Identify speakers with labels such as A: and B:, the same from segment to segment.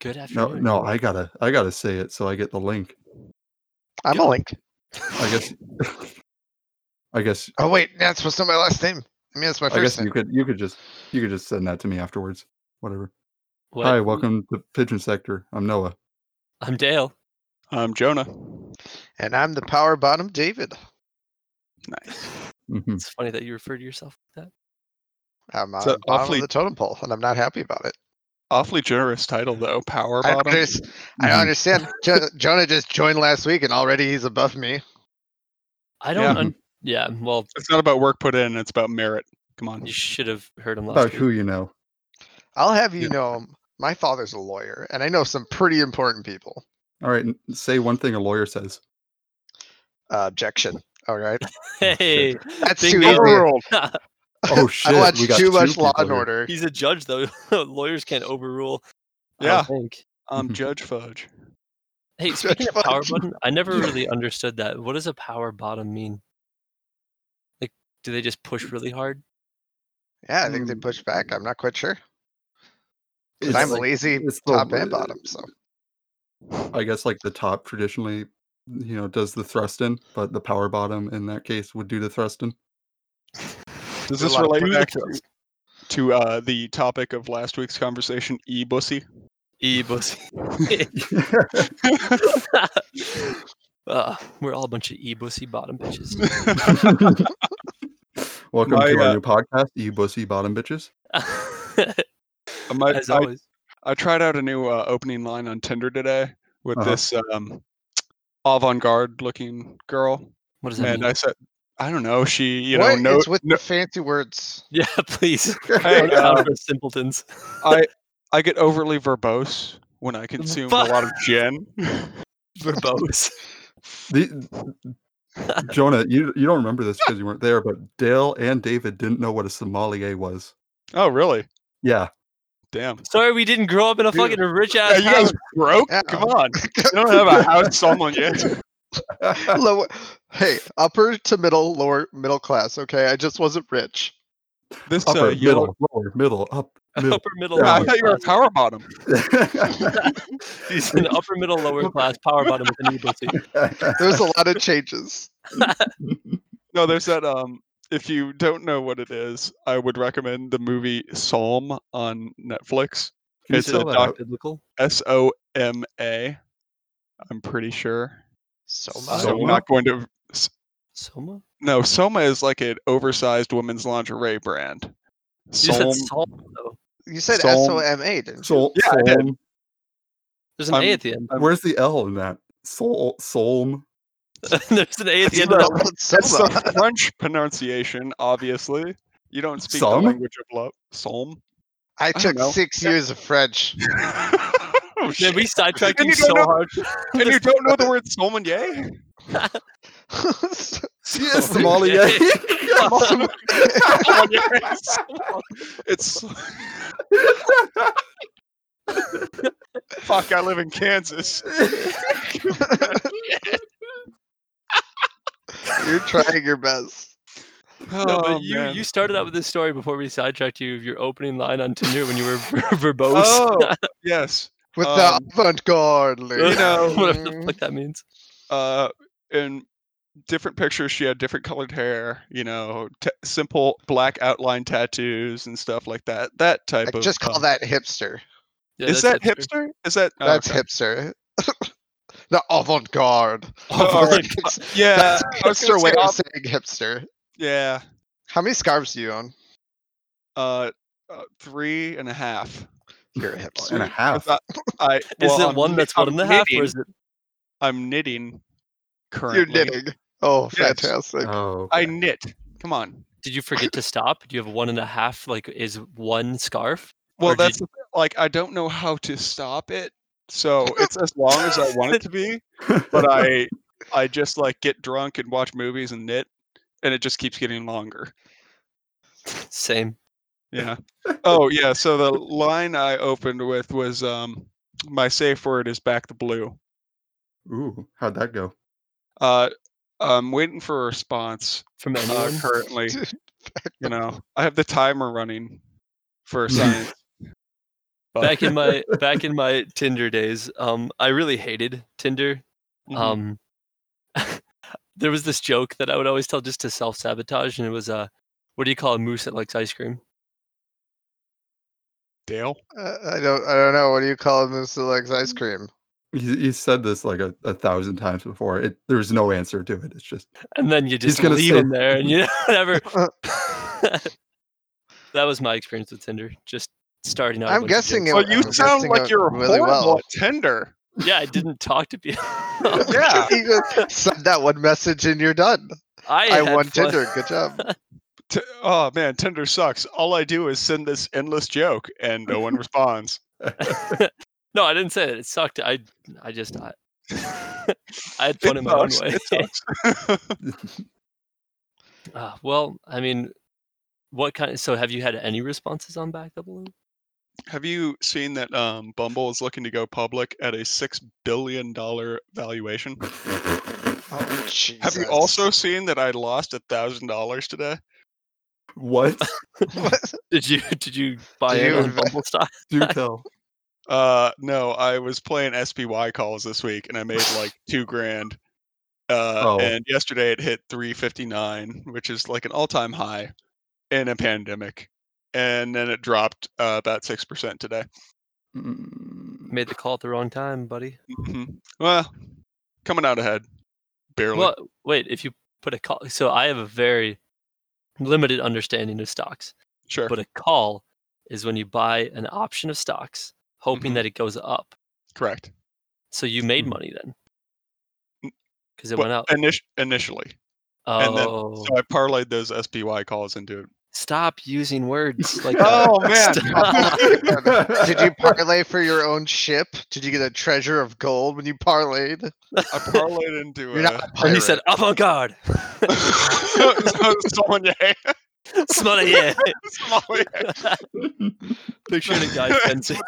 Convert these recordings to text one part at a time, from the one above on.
A: Good
B: No,
A: afternoon.
B: no, I gotta, I gotta say it so I get the link.
C: I'm a
A: Go.
C: link.
B: I guess, I guess,
C: Oh wait, that's supposed to be my last name. I mean, that's my
B: I
C: first
B: guess
C: name.
B: you could, you could just, you could just send that to me afterwards. Whatever.
A: What?
B: Hi, welcome to Pigeon Sector. I'm Noah.
A: I'm Dale.
D: I'm Um, Jonah.
C: And I'm the power bottom David.
D: Nice.
B: hmm
A: It's funny that you refer to yourself like that.
C: I'm on
D: So
C: the bottom
D: awfully-
C: of the totem pole, and I'm not happy about it.
D: Awfully generous title though. Power
C: I,
D: bottom.
C: just, I
B: Mhm.
C: understand. Jo- Jonah just joined last week, and already he's above me.
A: I don't.
B: Yeah.
A: Un- yeah. Well,
D: It's not about work put in. It's about merit. Come on.
A: you should have heard him last
B: About
A: week.
B: who you know.
C: I'll have you
D: Yeah.
C: know, my father's a lawyer, and I know some pretty important people.
B: All right, n- say one thing a lawyer says.
C: Uh, objection. All right,
A: Hey,
C: that's
A: Big
C: too
A: man.
C: easy.
B: Oh shit!
C: I watched
B: we got
C: too much
B: two
C: Law
B: people
C: and
B: here.
C: Order.
A: he's a judge though. Lawyers can't overrule. I don't
D: Yeah.
A: think.
C: Oh.
D: I'm Judge Fudge.
A: Hey,
C: Judge
A: speaking of power
C: Fudge.
A: button, I never really understood that. What does a power bottom mean? Like, do they just push really hard?
C: Yeah, I think they
B: Mm.
C: pushed back. I'm not quite sure. 'Cause
B: It's
C: I'm
B: like-
C: lazy
B: it's the-
C: top and bottom. So
B: I guess like the top traditionally, you know, does the thrust in, but the power bottom in that case would do the thrust in.
D: Does
C: There's a
D: this
C: lot of
D: relate
A: Through the
D: back to,
A: thrust.
D: to, uh, the topic of last week's conversation? E bussy.
A: E bussy. uh, we're all a bunch of e bussy bottom bitches.
B: Welcome
D: My,
B: to our
D: uh,
B: new podcast, you bussy bottom bitches.
D: my,
A: As
D: my
A: always.
D: I tried out a new uh, opening line on Tinder today with
B: Uh-huh.
D: this um, avant-garde looking girl,
A: What does that
D: and
A: mean?
D: I said, I don't know. She, you
C: What
D: know, no,
C: is with
D: no
C: the fancy words?
A: Yeah, please.
D: Hey,
A: Don't sound
D: uh,
A: for simpletons.
D: I, I get overly verbose when I consume a lot of gin.
A: Verbose.
B: The, Jonah, you you don't remember this because you weren't there, but Dale and David didn't know what a sommelier was.
D: oh, really?
B: Yeah,
D: Damn.
A: Sorry, we didn't grow up in a
D: Dude.
A: fucking rich
D: Yeah,
A: ass
D: you guys
A: house.
D: broke?
C: Yeah.
D: Come on. You don't have a house someone yet.
C: Lower, hey, upper to middle, lower middle class. Okay, I just wasn't rich.
D: This uh,
B: upper,
D: yellow.
B: middle, lower, middle, up, middle.
A: Upper middle.
D: Yeah, I
A: lower
D: thought you were a
A: class.
D: power bottom.
A: He's an upper middle lower class power bottom with an e bussy.
C: There's a lot of changes.
D: No, there's that. Um, if you don't know what it is, I would recommend the movie Psalm on Netflix.
B: Can you
D: It's a
B: spell that
D: doc-
B: out?
A: Biblical.
D: S O M A. I'm pretty sure.
C: So much.
D: So I'm
B: Soma?
D: not going to.
A: Soma.
D: No, Soma is like an oversized women's lingerie brand.
A: You
D: Psalm.
A: said Psalm though.
C: You said
D: Psalm-
C: S O M A, didn't you?
B: Sol,
D: Yeah, I did.
B: solm.
A: There's an A
D: I'm-
A: at the end.
B: Where's the L in that? Sol, solm.
A: There's an A at the
C: You
A: end. Of
C: spelled
A: that.
C: it
D: That's
C: Soma.
D: the French pronunciation, obviously. You don't speak
B: Psalm?
D: the language of love. Psalm.
C: I
D: don't
C: took
D: know.
C: six years of French.
D: oh,
A: Man,
D: shit.
A: we sidetracked
D: And
A: you
D: you don't
A: so
D: know-
A: hard.
D: and you don't know the word sommelier?
B: Yes, sommelier.
C: Soma.
D: it's fuck. I live in Kansas.
C: You're trying your best.
A: No,
D: Oh,
A: but you, you started out with this story before we sidetracked you of your opening line on Tinder when you were ver- verbose.
D: Oh yes.
C: With
D: Um,
C: the avant-garde,
A: you
C: Lou.
A: know
D: know,
A: whatever the
C: Mm.
A: fuck that means.
D: Uh, in different pictures, she had different colored hair. You know, t- simple black outline tattoos and stuff like that. That type
C: Like,
D: of.
C: just call
D: um,
C: that hipster.
A: Yeah,
D: Is that
A: that's hipster.
D: hipster? Is that oh,
C: That's
D: okay.
C: hipster. the avant-garde.
D: Oh,
A: Alright.
C: It's-
D: Yeah,
C: That's
D: I was
C: hipster
D: gonna
C: way
D: say
C: of
D: ob-
C: saying hipster.
D: yeah.
C: How many scarves do you own?
D: Uh, uh, three and a half.
C: You're a
B: and a
C: hipster.
D: I
B: half.
D: thought- I,
A: Is
D: well,
A: it
D: I'm
A: one
D: knit-
A: that's one
D: I'm
A: and a half,
D: knitting-
A: or is it?
D: I'm knitting currently.
C: You're knitting. Oh,
D: Yes. Uh,
C: fantastic.
B: Oh,
D: I
B: okay.
D: knit. Come on.
A: Did you forget to stop? Do you have one and a half? Like, is one scarf?
D: Well,
A: Or did
D: that's the thing, like I don't know how to stop it, so it's as long as I want it to be. But I, I just like get drunk and watch movies and knit, and it just keeps getting longer.
A: Same.
D: Yeah. Oh yeah. So the line I opened with was um, my safe word is back the blue.
B: Ooh, how'd that go?
D: Uh, I'm waiting for a response
A: From
D: uh,
A: anyone.
D: currently.
C: Dude,
A: Um,
D: You know, I have the timer running for science. Fuck.
A: back in my back in my Tinder days, um, I really hated Tinder.
D: Mhm.
C: Mm-hmm.
A: Um, there was this joke that I would always tell just to self sabotage, and it was, uh, "What do you call a moose that likes ice cream?"
D: Dale.
C: Uh, I don't. I don't know. What do you call him? This likes ice cream.
B: He, he said this like a, a thousand times before. It there's no answer to it. It's just
A: And then you just
B: gonna
A: leave
B: say-
A: him there, and you never. that was my experience with Tinder. Just starting out. a
C: I'm
A: bunch of
C: guessing
A: dates.
D: Well,
C: I'm
D: you sound
C: guessing
D: like
C: it
D: you're a
C: really
D: horrible
C: well.
D: at Tinder.
A: Yeah, I didn't talk to people.
D: Yeah.
C: you just send that one message and you're done.
A: I,
C: I
A: had
C: won
A: fun.
C: Tinder. Good job.
D: T- oh man, Tinder sucks. All I do is send this endless joke, and no one responds.
A: no, I didn't say that. It sucked. I I just I, I had fun
D: It
A: in my own
D: sucks,
A: way.
D: it sucks.
A: Uh, well, I mean, what kind? so have you had any responses on Back the Balloon?
D: Have you seen that um, Bumble is looking to go public at a six billion dollar valuation?
C: Oh,
D: Have you
C: Jesus.
D: also seen that I lost a thousand dollars today?
B: what
A: Did you did you buy
C: Did
A: in
C: you
A: on
C: invest-
A: Bumble stock?
B: do tell?
D: Uh, no, I was playing SPY calls this week, and I made like two grand. Uh,
B: Oh.
D: and yesterday it hit three fifty nine, which is like an all time high in a pandemic. And then it dropped uh, about six percent today.
B: Mm,
A: Made the call at the wrong time, buddy.
D: hmm Well, coming out ahead, barely.
A: Well, wait, if you put a call, so I have a very limited understanding of stocks,
D: sure.
A: but a call is when you buy an option of stocks, hoping
D: Mhm.
A: that it goes up.
D: Correct.
A: So you made
B: Mm.
A: money then,
D: N-
A: because it
D: Well,
A: went up.
D: init- initially. and then-
A: uh, Oh,
D: So I parlayed those SPY calls into
A: stop using words like that.
D: Oh man.
A: Stop.
C: Did you parlay for your own ship? Did you get a treasure of gold when you parlayed?
D: I parlayed into
C: You're not
D: uh,
C: a pirate.
A: And he said, "Oh "Avant garde,
D: sommelier.
A: sommelier."
D: sommelier.
A: Picturing a guy fencing.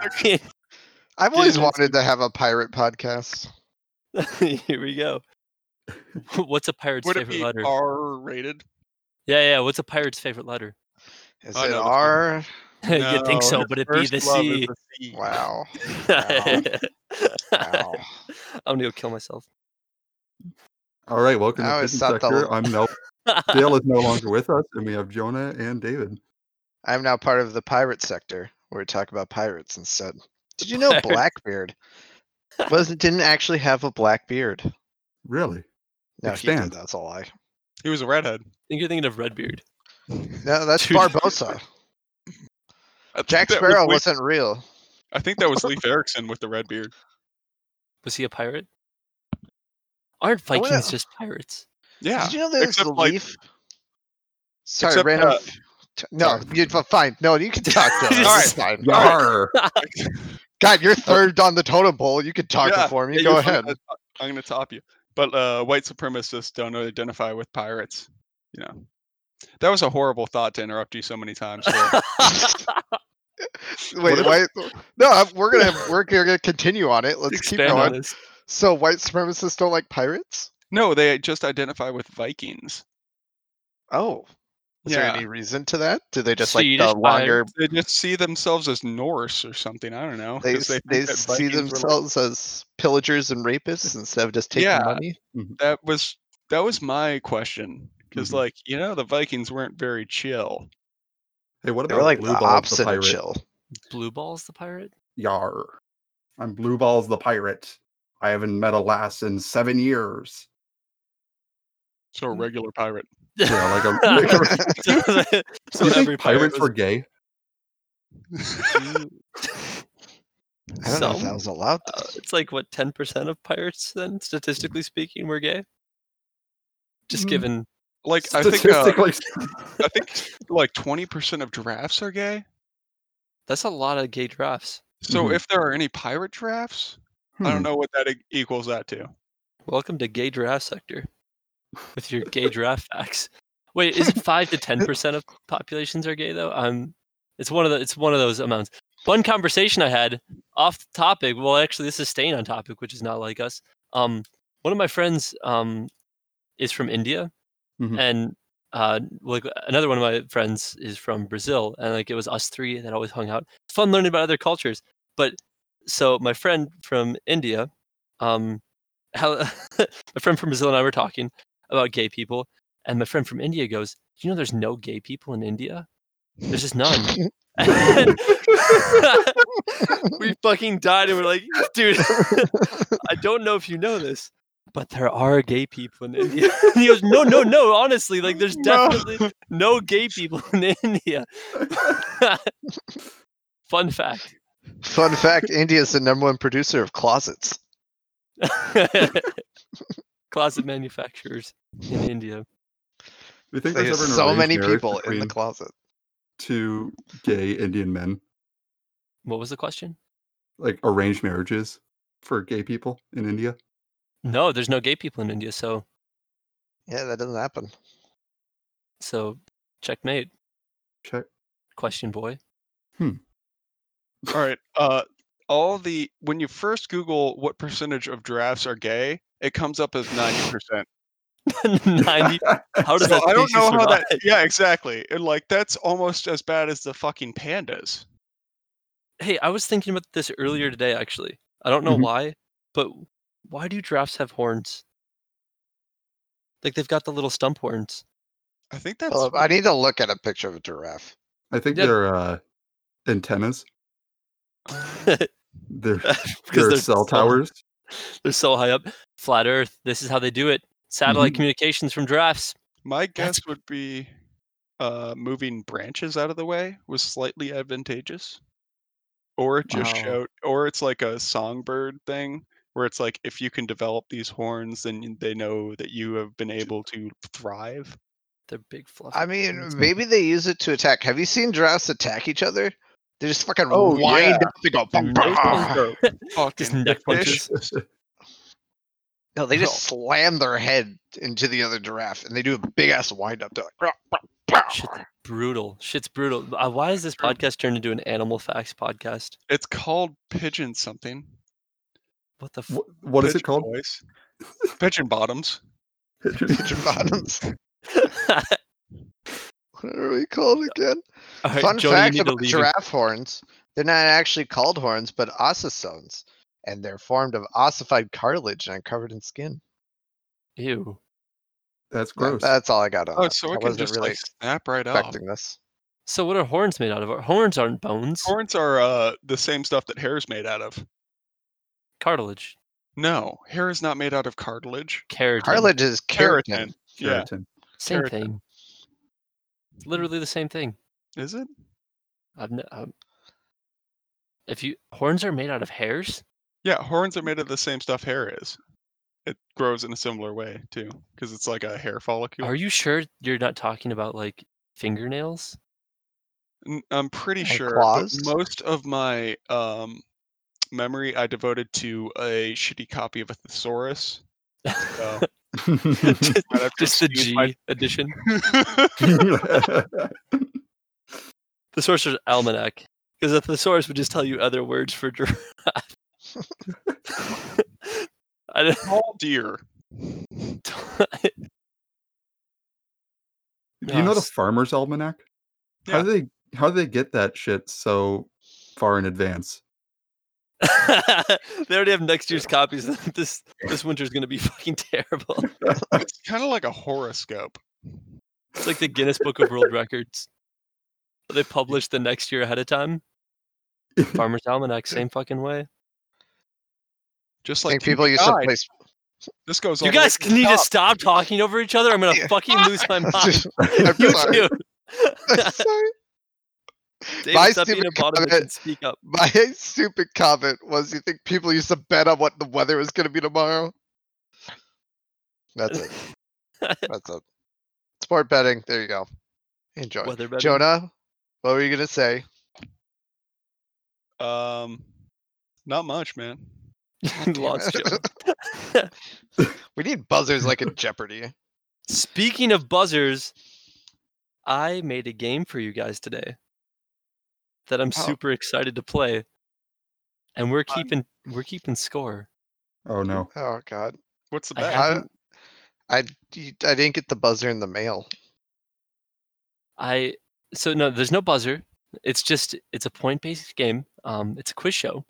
C: "I've always
A: didn't
C: wanted to have a pirate podcast."
A: Here we go. What's a pirate's
D: Would it
A: favorite
D: be
A: letter?
D: R rated?
A: yeah, yeah. What's a pirate's favorite letter?
C: Is
D: Oh,
C: it
D: no, that's good.
C: R?
A: you think so, but it'd be the C.
C: Wow. Wow.
A: I'm gonna go kill myself.
B: All right, welcome
C: Now
B: to
C: it's
B: Pigeon
C: not the-
B: Sector. I'm no Dale is no longer with us, and we have Jonah and David.
C: I'm now part of the pirate sector where we talk about pirates instead. Did you know
A: pirate-
C: Blackbeard wasn't didn't actually have a black beard?
B: Really?
C: No, he
B: Expand.
C: did. That's a lie.
D: He was a redhead.
A: think you're thinking of Redbeard.
C: No, that's
A: Dude.
C: Barbosa.
D: I think
C: Jack
D: that
C: Sparrow
D: was, Leif-
C: wasn't real.
D: I think that was Leif Erikson with the red beard.
A: Was he a pirate? Aren't
C: I wanna-
A: Vikings just pirates?
D: Yeah.
C: Did you know there's
D: except,
C: the
D: like-
C: leaf? Sorry,
D: except,
C: ran
D: uh,
C: off. t- No, you f- fine. No, you can talk to
A: All
C: him.
A: right.
C: It's fine.
B: Yar!
C: God, you're third on the totem pole. You can talk
D: Yeah,
C: before me.
D: Hey,
C: Go
D: you're fine,
C: ahead.
D: that's fi- I'm going to top you. But uh, white supremacists don't identify with pirates. You know, that was a horrible thought to interrupt you so many times. for.
C: Wait,
B: if-
C: wait. No, I'm- we're gonna we're gonna continue on it. Let's keep
A: Expand on
C: going.
A: this.
C: So white supremacists don't like pirates?
D: no, they just identify with Vikings.
C: Oh, is there any reason to that? Do they just like
A: Swedish
C: the longer?
D: They just see themselves as Norse or something. I don't know.
C: They
D: 'cause
C: s-
D: think
C: they
D: that
C: see
D: Vikings were like-
C: themselves as pillagers and rapists instead of just taking
D: Yeah.
C: money.
B: Mm-hmm.
D: that was that was my question because
B: Mhm.
D: like you know the Vikings weren't very chill.
B: Hey, what
C: They were
B: about
C: like
B: Blue
C: the
B: Balls
C: opposite
B: the
C: of
B: Pirate?
C: chill.
A: Blue Ball's the pirate?
B: Yar. I'm Blue Balls the Pirate. I haven't met a lass in seven years.
D: So a regular pirate.
B: Yeah, like a.
A: so, the- so
B: Do you
A: every
B: think pirates
A: pirate
B: were
A: was
B: gay?
A: two-
C: I don't know if that
A: Some.
C: was allowed.
A: uh, it's like what 10% of pirates then statistically speaking were gay just
B: Mm.
A: given
D: like I think uh,
B: Statistically,
D: I think like twenty percent of drafts are gay.
A: that's a lot of gay drafts
D: So
B: Mhm.
D: if there are any pirate drafts, I don't
B: Hmm.
D: know what that e- equals that to.
A: welcome to gay draft sector with your gay draft facts wait is it 5 to 10% of populations are gay though um it's one of the it's one of those amounts one conversation i had off topic well actually this is staying on topic which is not like us um one of my friends um is from india
B: Mhm.
A: and uh, like another one of my friends is from Brazil, and like it was us three that always hung out. It's fun learning about other cultures. But so my friend from India, um, how, my friend from Brazil and I were talking about gay people, and my friend from India goes, "You know, there's no gay people in India. There's just none." And we fucking died, and we're like, "Dude, I don't know if you know this." But there are gay people in India. And he goes, no, no, no. Honestly, like there's
D: No.
A: definitely no gay people in India.
B: Hmm.
A: Fun fact.
C: Fun fact: India is the number one producer of closets.
A: Closet manufacturers in India.
B: Do you think there's ever an
C: There's so
B: arranged
C: many
B: marriage
C: people in the
B: between
C: closet.
B: two gay Indian men,
A: What was the question?
B: like arranged marriages for gay people in India.
A: No, there's no gay people in India, so
C: Yeah, that doesn't happen.
A: so checkmate.
B: Check.
A: Question boy.
D: All right. Uh, all the when you first Google what percentage of giraffes are gay, it comes up as ninety percent.
A: Ninety. How does
D: So
A: that
D: I don't
A: species
D: know how that.
A: survive?
D: Yeah, exactly. And like that's almost as bad as the fucking pandas.
A: Hey, I was thinking about this earlier today. Actually, I don't know
D: Mm-hmm.
B: Mhm.
A: why, but why do giraffes have horns? Like they've got the little stump horns.
D: I think that's.
C: Philip, Oh, I need to look at a picture of a giraffe.
B: I think
A: Yeah.
B: they're uh, antennas. They're,
A: Because
B: they're,
A: they're
B: cell
A: so-
B: towers.
A: They're so high up. Flat Earth. This is how they do it.
D: Mm-hmm.
A: Satellite communications from giraffes.
D: my
A: that's-
D: guess would be, uh, moving branches out of the way was slightly advantageous, or it just
A: Wow.
D: shout, or it's like a songbird thing where it's like if you can develop these horns, then they know that you have been able to thrive.
A: They're big fluffy.
C: I
A: things.
C: mean, maybe they use it to attack. Have you seen giraffes attack each other? They just fucking
D: Oh,
C: wind
D: yeah.
C: up. They go.
A: Their
C: "Bah,
A: nose
C: bah."
A: bones are just
D: Fucking
A: neck
D: fish.
A: punches.
C: No, they just slam their head into the other giraffe, and they do a big ass wind up. They're like, "Bah, bah, bah."
A: Shit, brutal. Shit's brutal. Uh, why is this podcast turned into an animal facts podcast?
D: It's called pigeon something.
A: What the f-
B: What, what is it
D: Pigeon
B: called?
D: boys. pigeon bottoms.
C: Pigeon bottoms. What are we called again?
A: All right,
C: Fun
A: Jonah, you
C: fact
A: need to
C: about
A: leave and-
C: giraffe horns: they're not actually called horns, but ossestones, and they're formed of ossified cartilage and covered in skin.
A: Ew.
B: That's
C: Yeah,
B: gross.
C: That's all I got on
D: Oh,
C: that.
D: so
C: Uh, I
D: it can
C: wasn't
D: just
C: really
D: like snap right off.
C: expecting this.
A: So what are horns made out of? Horns aren't bones.
D: Horns are uh, the same stuff that hair is made out of.
A: Cartilage.
D: No, hair is not made out of cartilage.
A: Keratin.
C: Cartilage is keratin.
D: Keratin. Yeah,
B: Keratin.
A: Same
D: keratin.
A: thing. It's literally the same thing.
D: is it?
A: I've ne- um, if you horns are made out of hairs,
D: Yeah, horns are made of the same stuff hair is. It grows in a similar way too, because it's like a hair follicle.
A: are you sure you're not talking about like fingernails?
D: N- I'm pretty
C: And
D: sure. but
C: claws?
D: Most of my um, memory I devoted to a shitty copy of a thesaurus. uh, So
A: just,
D: might have
A: just the G
D: confused my-
A: edition. The Sorcerer's Almanac. Because a thesaurus would just tell you other words for giraffe. I don't,
D: Small deer.
B: Do you know the
A: Yes.
B: farmer's almanac? How
D: Yeah.
B: do they how do they get that shit so far in advance?
A: they already have next year's copies. this this winter's gonna be fucking terrible.
D: It's kind of like a horoscope.
A: It's like the Guinness Book of World Records. They publish the next year ahead of time. Farmer's Almanac, same fucking way.
D: Just
C: I
D: like
C: think people used to
D: guide.
C: place.
D: This goes.
A: You
D: all the way
A: guys
D: to
A: can need
D: the
A: to
D: top.
A: stop talking over each other. I'm gonna
C: Yeah.
A: fucking lose my mind.
C: I'm
A: You
C: sorry.
A: too.
C: I'm sorry.
A: David,
C: My
A: stop being
C: stupid
A: a bottom bitch
C: comment-
A: and speak up.
C: My stupid comment was you think people used to bet on what the weather was going to be tomorrow? That's it. That's it. Sport betting. There you go. Enjoy.
A: Weather better.
C: Jonah, what were you going to say?
D: Um, not much, man.
A: Lost Jonah.
C: We need buzzers like in Jeopardy.
A: Speaking of buzzers, I made a game for you guys today that I'm
D: Oh.
A: super excited to play, and we're keeping we're keeping score.
B: oh no.
C: Oh, God.
D: What's the
A: I
D: bet?
A: have-
C: I, I, I didn't get the buzzer in the mail.
A: I so no, there's no buzzer. It's just it's a point-based game. Um, it's a quiz show.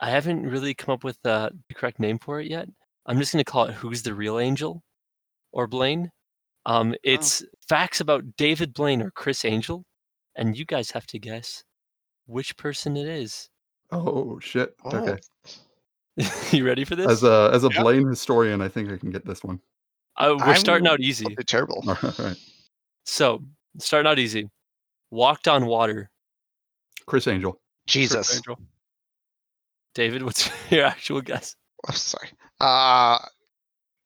A: I haven't really come up with uh, the correct name for it yet. I'm just going to call it "Who's the Real Angel," or Blaine. Um, it's facts about David Blaine or Chris Angel, and you guys have to guess which person it is.
B: Oh shit. Okay.
A: you ready for this?
B: As a as a
D: Yeah.
B: Blaine historian, I think I can get this one.
A: Uh, we're starting out
C: I'm-
A: easy.
C: That'd be terrible.
B: All right.
A: So starting out easy. Walked on water.
B: Chris Angel.
C: Jesus.
A: David, what's your actual guess?
C: I'm sorry. Uh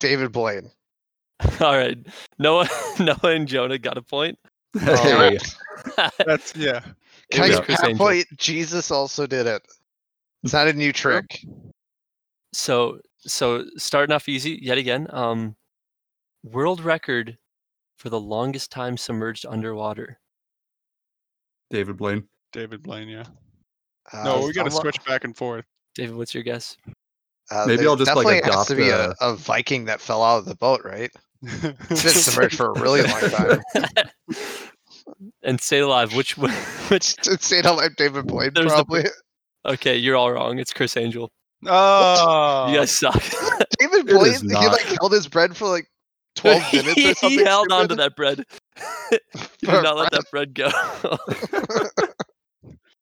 C: David Blaine.
A: All right, Noah, Noah, and Jonah got a point.
B: Hey.
C: Correct.
A: It
D: That's yeah.
C: Oh, Can I
A: was
C: get
A: Chris
C: half
A: Angel.
C: point? Jesus also did it. It's not a new trick.
A: So, so starting off easy yet again. Um, world record for the longest time submerged underwater.
B: David Blaine.
D: David Blaine, yeah.
C: Uh,
D: No, we gotta
C: someone-
D: switch back and forth.
A: David, what's your guess?
C: Uh,
B: Maybe
C: there
B: I'll just, like,
C: definitely has
B: adopt
C: to be a,
B: a-
C: a Viking that fell out of the boat, right? It's been submerged for a really long time.
A: and stay alive. Which, which?
C: It stayed alive, David Blaine,
A: There's the-
C: probably.
A: Okay, you're all wrong. It's Chris Angel.
D: oh
C: Uh,
A: You guys suck.
C: David
B: It is
C: Blaine, he
B: not.
C: like held his bread for like 12 minutes or something.
A: he held on to
C: stupid.
A: that bread. you did not let that bread go.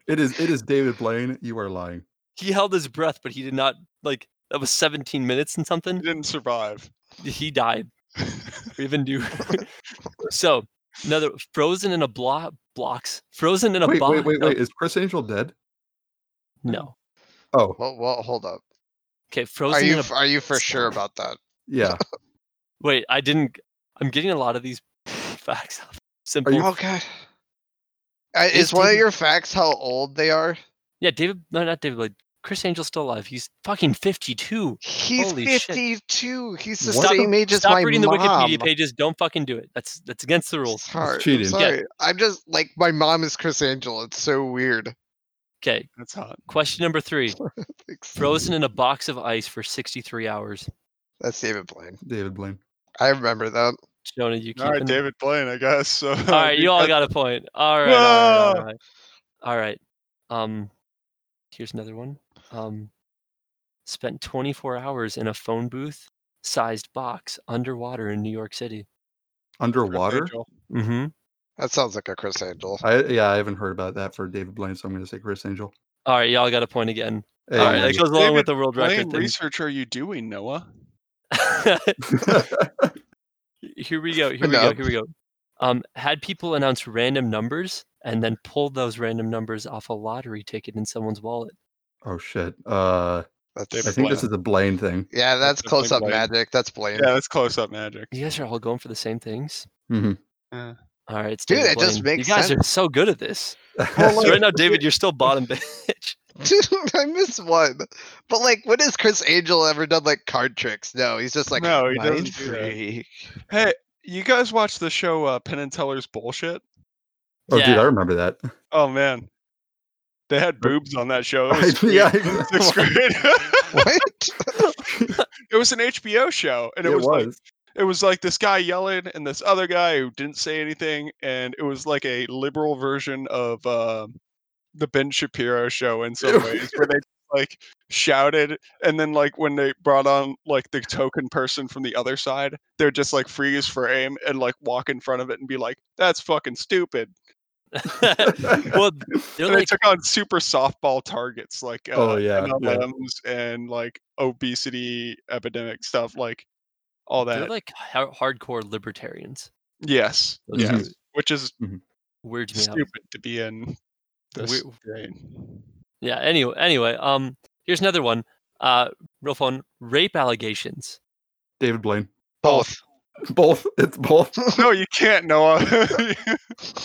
B: It is it is David Blaine. You are lying.
A: he held his breath, but he did not like. That was 17 minutes and something.
D: he didn't survive.
A: he died. Even do. so another frozen in a block blocks frozen in a
B: Wait,
A: box.
B: wait, wait,
A: no,
B: wait. Is Chris Angel dead?
A: No.
B: Oh,
C: Well, well, hold up.
A: Okay,
C: Are
A: frozen. in
C: you
A: a,
C: f- are you for sure about that?
B: yeah.
A: wait, I didn't. I'm getting a lot of these facts. off Simple.
B: you-
C: Okay. Uh,
A: Is
C: is one of
A: David-
C: your facts how old they are?
A: Yeah, David. No, not David. Like Chris Angel's still alive. He's fucking 52.
C: He's
A: Holy shit.
C: 52. He's the
B: What?
C: same age as
A: Stop
C: my
A: reading
C: mom.
A: the Wikipedia pages. Don't fucking do it. That's that's against the rules.
C: Sorry,
B: cheating.
C: I'm
B: Yeah.
C: sorry. I'm just like my mom is Chris Angel. It's so weird.
A: Okay,
D: That's hot.
A: question number three.
C: Thanks.
A: Frozen in a box of ice for 63 hours.
C: That's David Blaine.
B: David Blaine.
C: I remember that.
A: Jonah, you keep.
D: All right, David Blaine, I guess. So
A: All right, you all got a point. All right, all right, all right, all right. Um, here's another one. Um, spent 24 hours in a phone booth sized box underwater in New York City.
B: Underwater.
A: Mm-hmm.
C: That sounds like a Chris Angel.
B: I yeah, I haven't heard about that for David Blaine, so I'm gonna say Chris Angel.
A: All right, y'all got a point again.
B: Hey.
A: All right, that goes along with
D: David
A: the world
D: Blaine
A: record thing.
D: research are you doing, Noah?
A: here we go. Here we go.
C: Enough.
A: Here we go. Um, had people announce random numbers and then pulled those random numbers off a lottery ticket in someone's wallet.
B: oh shit. Uh,
C: That's,
B: I
D: David
B: think this is a Blaine thing.
C: yeah, that's
D: definitely
C: close up
D: Blaine.
C: magic. That's Blaine.
D: Yeah, that's close up magic.
A: You guys are all going for the same things.
B: hmm
A: All right, it's
C: Dude,
A: David
C: that just
A: Blaine.
C: makes
A: You guys are
C: sense.
A: so good at this.
C: Well,
A: So
C: like-
A: right now, David, you're still bottom bitch.
C: Dude, I missed one. But like, when has Chris Angel ever done like card tricks? No, he's just like
D: No, he doesn't
C: "Mind
D: do that."
C: freak."
D: Hey, you guys watch the show uh, Penn and Teller's bullshit?
B: oh, dude,
A: Yeah.
B: I remember that.
D: Oh man, they had boobs on that show. It
B: I-
D: was,
B: yeah,
D: yeah, sixth grade.
C: What?
D: it was an HBO show, and it, was, like it was like this guy yelling and this other guy who didn't say anything, and it was like a liberal version of uh, the Ben Shapiro show in some ways, where they like shouted, and then like when they brought on like the token person from the other side, they're just like freeze frame and like walk in front of it and be like, "That's fucking stupid." Oh,
A: well, they're
D: And they
A: like,
D: took on super softball targets like uh,
B: Oh, yeah, yeah.
D: MLMs and like obesity epidemic stuff, like all
A: they're
D: that.
A: like har- hardcore libertarians.
D: yes,
A: Those
B: Yeah.
A: dudes.
D: which is
A: Weirds me out.
D: stupid to be in this
A: Weir-
D: drain.
A: Yeah. Anyway, anyway, um, here's another one. Uh, real fun. Rape allegations.
B: David Blaine.
C: Both.
B: Both. It's both. Oh,
D: No, you can't, Noah.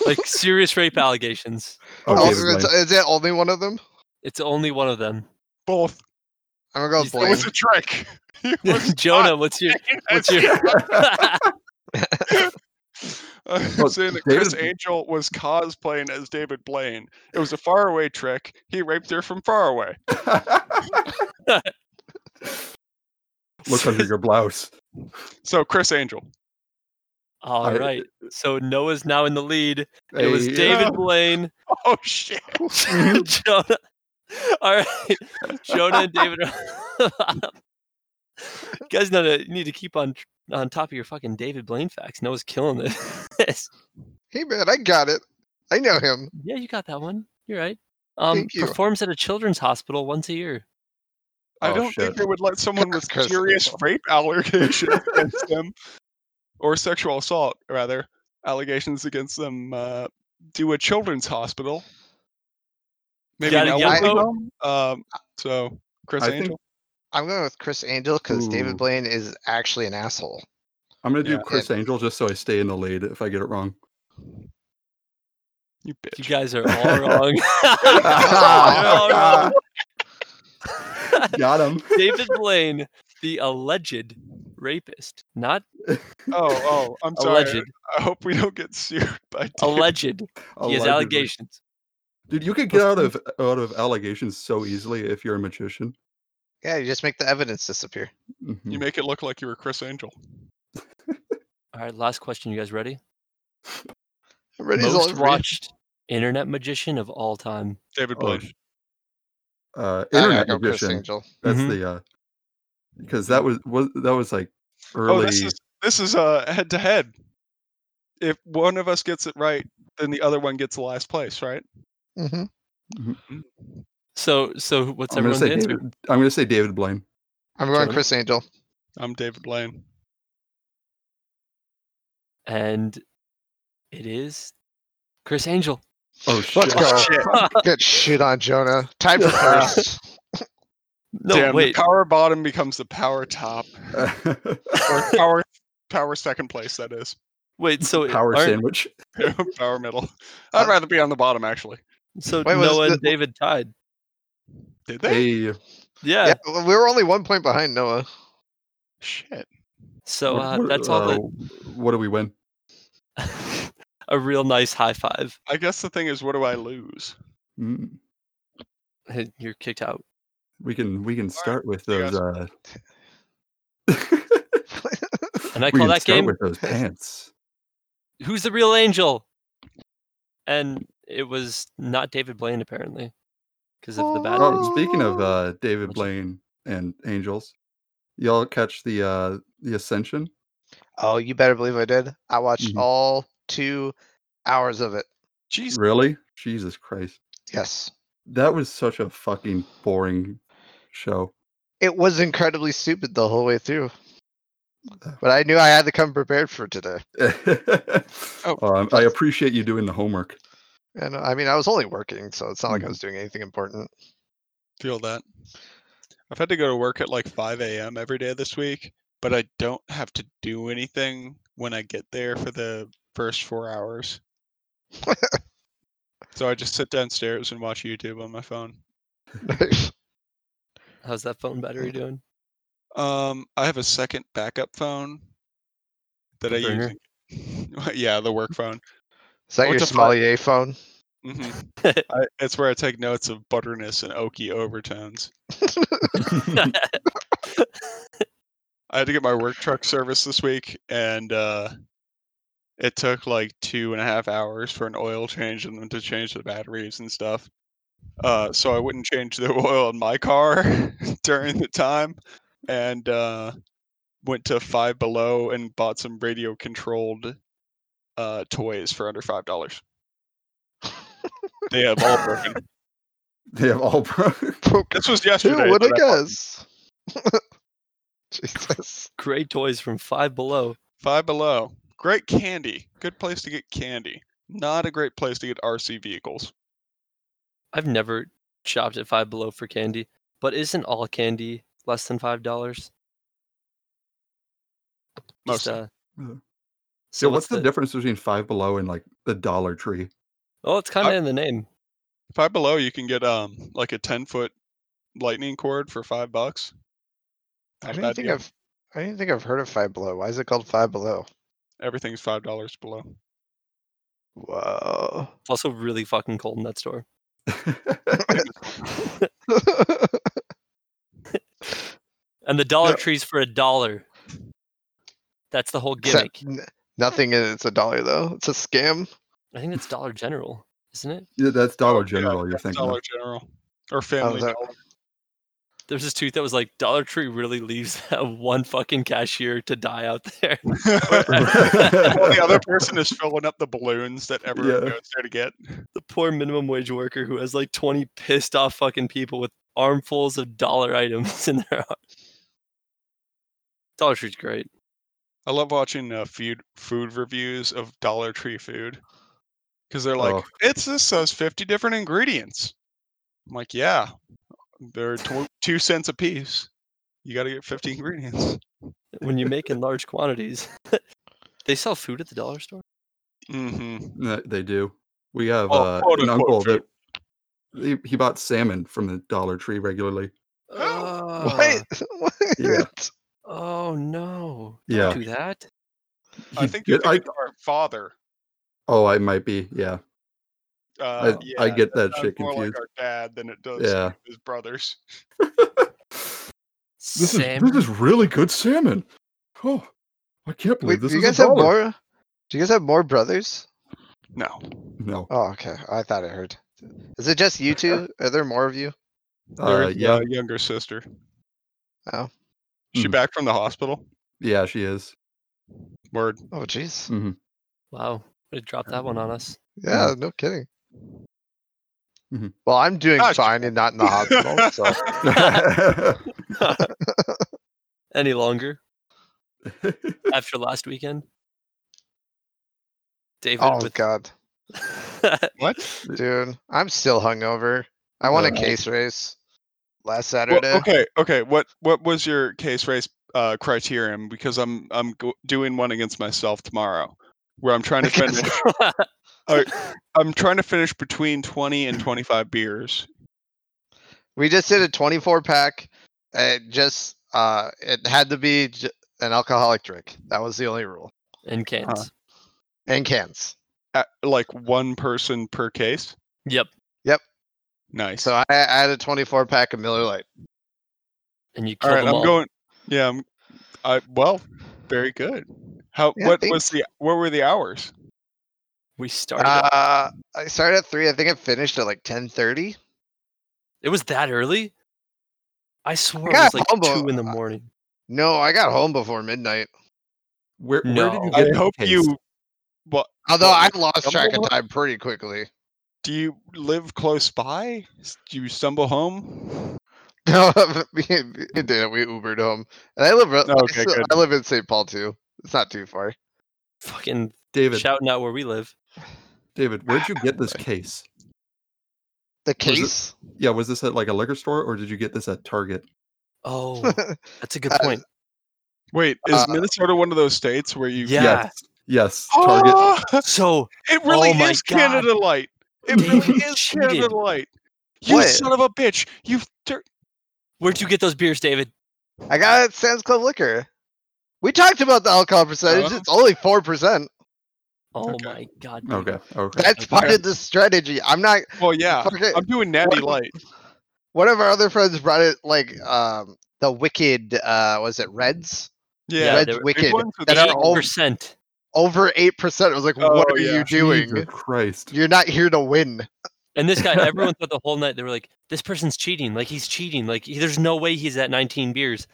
A: Like serious rape allegations.
B: Oh,
C: Also,
B: David
C: it's-
B: Blaine.
C: is it only one of them?
A: It's only one of them.
D: Both.
C: I'm gonna go with
A: He's the
D: It
C: Blaine.
D: was a trick. It was
A: Jonah, what's your?
D: not-
A: What's your?
D: I'm
B: Well,
D: saying that Chris
B: David-
D: Angel was cosplaying as David Blaine. It was a faraway trick. He raped her from far away.
B: Look under your blouse.
D: So Chris Angel.
A: All
B: I-
A: right. So Noah's now in the lead. It
B: Hey,
A: was
B: yeah.
A: David Blaine,
D: Oh shit!
A: Jonah. All right, Jonah and David. Are... you guys, know that you need to keep on on top of your fucking David Blaine facts. Noah's killing this.
C: Hey man, I got it. I know him.
A: yeah, you got that one. You're right. Um,
C: Thank you.
A: Performs at a children's hospital once a year.
D: I
B: Oh,
D: don't
B: shit.
D: think they would let someone with
C: Curse
D: serious
C: people.
D: rape allegations against them, or sexual assault rather, allegations against them, uh, do a children's hospital. Maybe
A: Gotta
D: an
A: yell
D: elderly
A: out.
D: home. Um, so Chris
B: I think-
D: Angel.
C: I'm going with Chris Angel because
B: Ooh.
C: David Blaine is actually an asshole.
B: I'm gonna do
D: Yeah.
B: Chris Angel just so I stay in the lead if I get it wrong.
D: You
A: You
D: bitch.
A: guys are all wrong. Oh,
B: Ah, Got him.
A: David Blaine, the alleged rapist, not
D: Oh, oh, I'm sorry.
A: alleged,
D: I hope we don't get sued by. David.
A: alleged. He has
B: Allegedly.
A: allegations.
B: Dude, you could get out of out of allegations so easily if you're a magician.
C: Yeah, you just make the evidence disappear.
B: Mhm.
D: You make it look like you were Chris Angel.
A: All right, last question. You guys ready?
C: I'm ready as
A: Most
C: all-
A: watched internet magician of all time.
D: David
B: Oh,
D: Blaine.
B: sh- uh,
C: I gotta
B: internet
C: go Chris
B: magician.
C: Angel.
B: That's
A: Mhm.
B: the uh
A: Mm-hmm.
B: because that was was that was like
D: Oh,
B: early.
D: this is this is uh head to head. If one of us gets it right, then the other one gets the last place, right?
C: Mhm.
A: So, so what's
B: I'm gonna
A: everyone's
B: say
A: answer?
B: David, I'm gonna say David Blaine.
C: I'm going
A: Jonah?
C: Chris Angel.
D: I'm David Blaine.
A: And it is Chris Angel.
B: Oh shit!
C: go. Oh,
D: Shit.
C: Get shit on Jonah. Time for
B: Yeah.
C: first.
A: No,
D: Damn,
A: wait.
D: the power bottom becomes the power top. Or power power second place, that is.
A: wait. So it-
B: Power
A: aren't-
B: sandwich.
D: power middle. I'd
C: Uh,
D: rather be on the bottom actually.
A: So
C: Wait, was
A: Noah
C: the-
A: and David tied.
D: Did they?
B: Hey,
A: Yeah.
C: Yeah, well, we were only one point behind Noah.
D: Shit.
A: So
B: what-
A: uh,
B: what-
A: that's all.
B: uh, What do we win?
A: that a real nice high five.
D: I guess the thing is what do I lose?
B: Mm,
A: You're kicked out.
B: We can we can start with
D: you guys-
B: those. Uh,
A: And I
B: we
A: call
B: can
A: that
B: start
A: game
B: with those pants.
A: "Who's the Real Angel?" And it was not David Blaine apparently, because of the bad.
B: Oh,
A: news.
B: speaking of uh, David
A: What's-
B: Blaine and Angels, y'all catch the uh, the Ascension?
C: Oh, you better believe I did. I watched
B: Mhm.
C: all two hours of it.
D: Jeez.
B: Really? Jesus Christ!
C: Yes.
B: That was such a fucking boring show.
C: It was incredibly stupid the whole way through. But I knew I had to come prepared for today.
B: oh, um, I appreciate you doing the homework.
C: And uh, I mean, I was only working, so it's not like I
B: Mhm.
C: was doing anything important.
D: Feel that. I've had to go to work at like 5 a.m. every day this week, but I don't have to do anything when I get there for the first four hours. so I just sit downstairs and watch YouTube on my phone.
A: How's that phone battery doing?
D: Um, I have a second backup phone that
A: The
D: I
A: burner?
D: use. in- yeah, the work phone.
C: Is that
D: What's
C: your sommelier
D: a fi-
C: phone?
D: hmm I, it's where I take notes of butterness and oaky overtones. I had to get my work truck service this week, and uh, it took like two and a half hours for an oil change and then to change the batteries and stuff. Uh, so I wouldn't change the oil in my car during the time, and uh, went to Five Below and bought some radio controlled uh, toys for under five dollars. they have all broken.
B: They have all broke.
D: This was
C: Who
D: yesterday.
C: would
D: that
C: have
D: I bought them.
C: guessed? Jesus.
A: Great toys from Five Below.
D: Five Below. Great candy. Good place to get candy. Not a great place to get RC vehicles.
A: I've never shopped at Five Below for candy, but isn't all candy less than five dollars?
D: Most of
A: Uh,
B: Yeah.
A: so
B: Mm-hmm. yeah, what's the, difference between Five Below and like the Dollar Tree?
A: Oh, it's kind of in the name.
D: Five Below, you can get um like a ten foot lightning cord for five bucks.
C: I
D: Not a
C: didn't
D: bad
C: think
D: deal.
C: I've I didn't think I've heard of Five Below. Why is it called Five Below?
D: everything's five dollars below.
C: Whoa.
A: It's also really fucking cold in that store. and the Dollar
C: No.
A: Tree's for a dollar. That's the whole
C: Except
A: gimmick.
C: n- Nothing in it's a dollar though. It's a scam.
A: I think it's Dollar General, isn't it?
B: Yeah, that's
D: Oh
B: Dollar
D: Yeah,
B: General. you're
D: that's
B: thinking. Dollar.
D: Dollar General or Family
C: Oh, that-
D: Dollar.
A: There's this tweet that was like, Dollar Tree really leaves that one fucking cashier to die out there.
D: Well, the other person is filling up the balloons that everyone
B: Yeah.
D: goes there to get.
A: the poor minimum wage worker who has like 20 pissed off fucking people with armfuls of dollar items in their arm. Dollar Tree's great.
D: I love watching uh, food food reviews of Dollar Tree food because they're like,
B: Oh.
D: it's this says fifty different ingredients. I'm like, yeah, they're tw- two cents a piece. You got to get fifty ingredients.
A: When you make in large quantities, they sell food at the dollar store.
D: Mm-hmm.
B: No, They do. We have
D: Oh,
B: uh,
D: quote,
B: an
D: unquote,
B: uncle
D: food.
B: that he, he bought salmon from the Dollar Tree regularly.
A: Oh,
C: Wait, what?
B: yeah.
A: oh no. Don't
B: Yeah.
A: do that.
D: I
B: He
D: think you're
B: did- I-
D: thinking of our father.
B: Oh, I might be. Yeah.
D: Uh,
B: I-
D: yeah,
B: I get that
D: sounds
B: shit
D: more
B: confused.
D: like our dad than it does
B: Yeah.
D: his brothers.
B: This
A: Sam,
B: is this is really good salmon. Oh, I can't believe
C: Wait,
B: this
C: do you
B: is a
C: guys have
B: dollar.
C: more? Do you guys have more brothers?
D: No,
B: No.
C: Oh, okay. I thought I heard. Is it just you two? Are there more of you?
D: there
B: Uh,
D: is
B: yeah.
D: a younger sister.
C: Oh.
D: she
B: Mhm.
D: back from the hospital.
B: Yeah, she is.
D: Word.
C: Oh, jeez.
B: Mhm.
A: wow. Way to drop that one
B: Uh.
A: on us.
B: Mm-hmm.
C: Yeah, no kidding.
B: Mhm.
C: Well, I'm doing
D: Gosh.
C: fine and not in the hospital. So
A: Any longer after last weekend? David
C: oh
A: with
C: god,
D: what?
C: dude, I'm still hungover. I won a
B: Uh,
C: case race last
D: Well,
C: Saturday.
D: okay, okay. What what was your case race uh, criterion? Because I'm I'm go- doing one against myself tomorrow, where I'm trying to
C: Against-
D: finish. I'm trying to finish between 20 and 25 beers.
C: We just did a 24 pack. and It just uh, it had to be j- an alcoholic drink. That was the only rule.
A: and cans.
C: And cans.
D: At, like one person per case.
A: Yep.
D: Nice.
C: So I, I had a 24 pack of Miller Lite.
A: And you
D: all
A: killed
D: right,
A: them
D: I'm
A: all.
D: going. Yeah, I'm. I well, very good. How?
C: Yeah,
D: what
C: thanks.
D: was the? What were the hours?
A: We
D: Oh,
A: started. at-
C: Uh, I started at three. I think it finished at like 10:30.
A: it was that early. I swore it
C: got
A: was like
C: home a-
A: two in the morning.
C: No, I got home before midnight.
B: where, where did
A: No.
B: you
A: I
B: get
D: I
B: the
D: hope
B: case?
D: you. Well,
C: Although
D: Well,
C: I lost track
D: stumble-
C: of time pretty quickly.
D: do you live close by? S- Do you stumble home?
C: No, me and me and Dana, we Ubered home, and I live. re- I,
D: Okay,
C: still-
D: good.
C: I live in St. Paul too. It's not too far.
A: Fucking
B: David.
A: shouting out where we live.
B: David, where'd you get this case?
C: The
B: Was it-
C: case.
B: Yeah, was this at like a liquor store or did you get this at Target?
A: Oh, that's a good
C: Uh,
A: point.
D: Wait, is
C: Uh,
D: Minnesota one of those states where you?
A: Yeah.
B: Yes. Yes. Target.
D: Oh,
A: So
D: it really
A: Oh my
D: is
A: God.
D: Canada Light. It really
A: David
D: is
A: cheated.
D: Canada Light. You
C: What?
D: son of a bitch! You. Ter-
A: where'd you get those beers, David?
C: I got it at Sam's Club Liquor. We talked about the alcohol percentage.
D: Uh-huh.
C: It's only four percent.
A: Oh
D: Okay.
A: my god. dude.
B: Okay. Okay.
C: That's part of the strategy. I'm not.
D: well, yeah.
C: fucking-
D: Uh, I'm doing Natty
C: What?
D: Light.
C: One of our other friends brought it, like um, the Wicked. Uh, was it Reds?
A: Yeah,
D: Yeah.
A: they
C: Reds
A: were-
D: big
C: Wicked.
D: ones with
C: that
D: the
C: are all-
A: percent.
C: Over eight percent. I was like, "What
D: Oh,
C: are
D: yeah.
C: you doing?
B: Jesus Christ.
C: You're not here to win."
A: And this guy, everyone thought the whole night they were like, "This person's cheating. Like he's cheating. Like he- there's no way he's at 19 beers."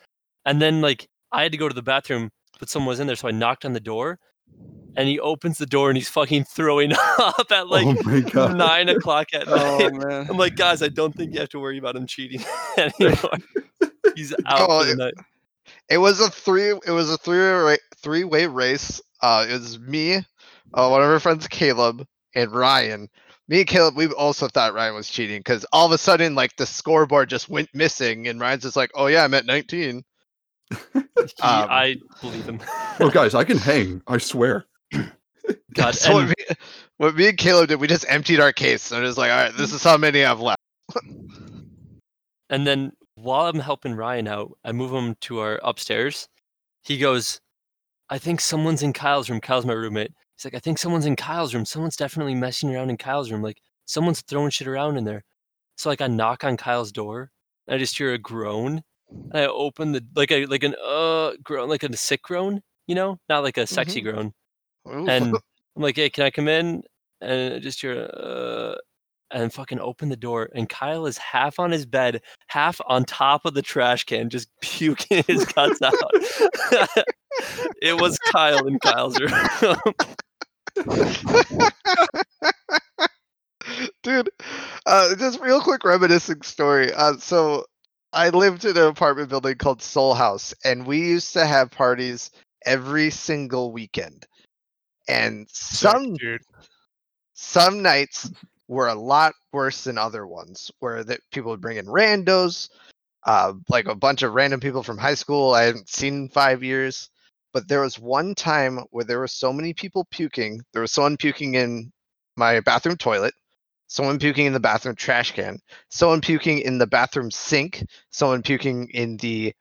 A: And then like I had to go to the bathroom, but someone was in there, so I knocked on the door, and he opens the door and he's fucking throwing up at like
B: oh my god.
A: nine o'clock at night.
D: Oh man.
A: I'm like, guys, I don't think you have to worry about him cheating anymore. He's out
C: Oh,
A: for the night.
C: It was a three. It was a three ra- three way race. Uh, it was me, uh, one of our friends, Caleb, and Ryan. Me and Caleb, we also thought Ryan was cheating because all of a sudden, like the scoreboard just went missing, and Ryan's just like, "Oh yeah, I'm at 19."
A: He-
C: um,
A: I believe him.
B: Oh guys, I can hang. I swear.
A: God,
C: so what
A: and-
C: me, what me and Caleb did, we just emptied our case, and it was like, "All right, this is how many I've left."
A: And then while I'm helping Ryan out, I move him to our upstairs. He goes, I think someone's in Kyle's room. Kyle's my roommate. He's like, I think someone's in Kyle's room. Someone's definitely messing around in Kyle's room. Like someone's throwing shit around in there. So like I knock on Kyle's door and I just hear a groan. And I
C: Mm-hmm.
A: open the like a like an uh groan like a sick groan, you know? Not like a sexy groan.
C: Ooh.
A: and I'm like, "Hey, can I come in?" And just hear, uh, and fucking open the door, and Kyle is half on his bed, half on top of the trash can, just puking his guts out. it was Kyle in Kyle's room.
C: Dude, uh, just real quick reminiscing story. Uh, so I lived in an apartment building called Soul House, and we used to have parties every single weekend. And
D: Suck,
C: some
D: dude.
C: some nights were a lot worse than other ones, where that people would bring in randos, uh, like a bunch of random people from high school I hadn't seen in five years. But there was one time where there were so many people puking. There was someone puking in my bathroom toilet, someone puking in the bathroom trash can, someone puking in the bathroom sink, someone puking in the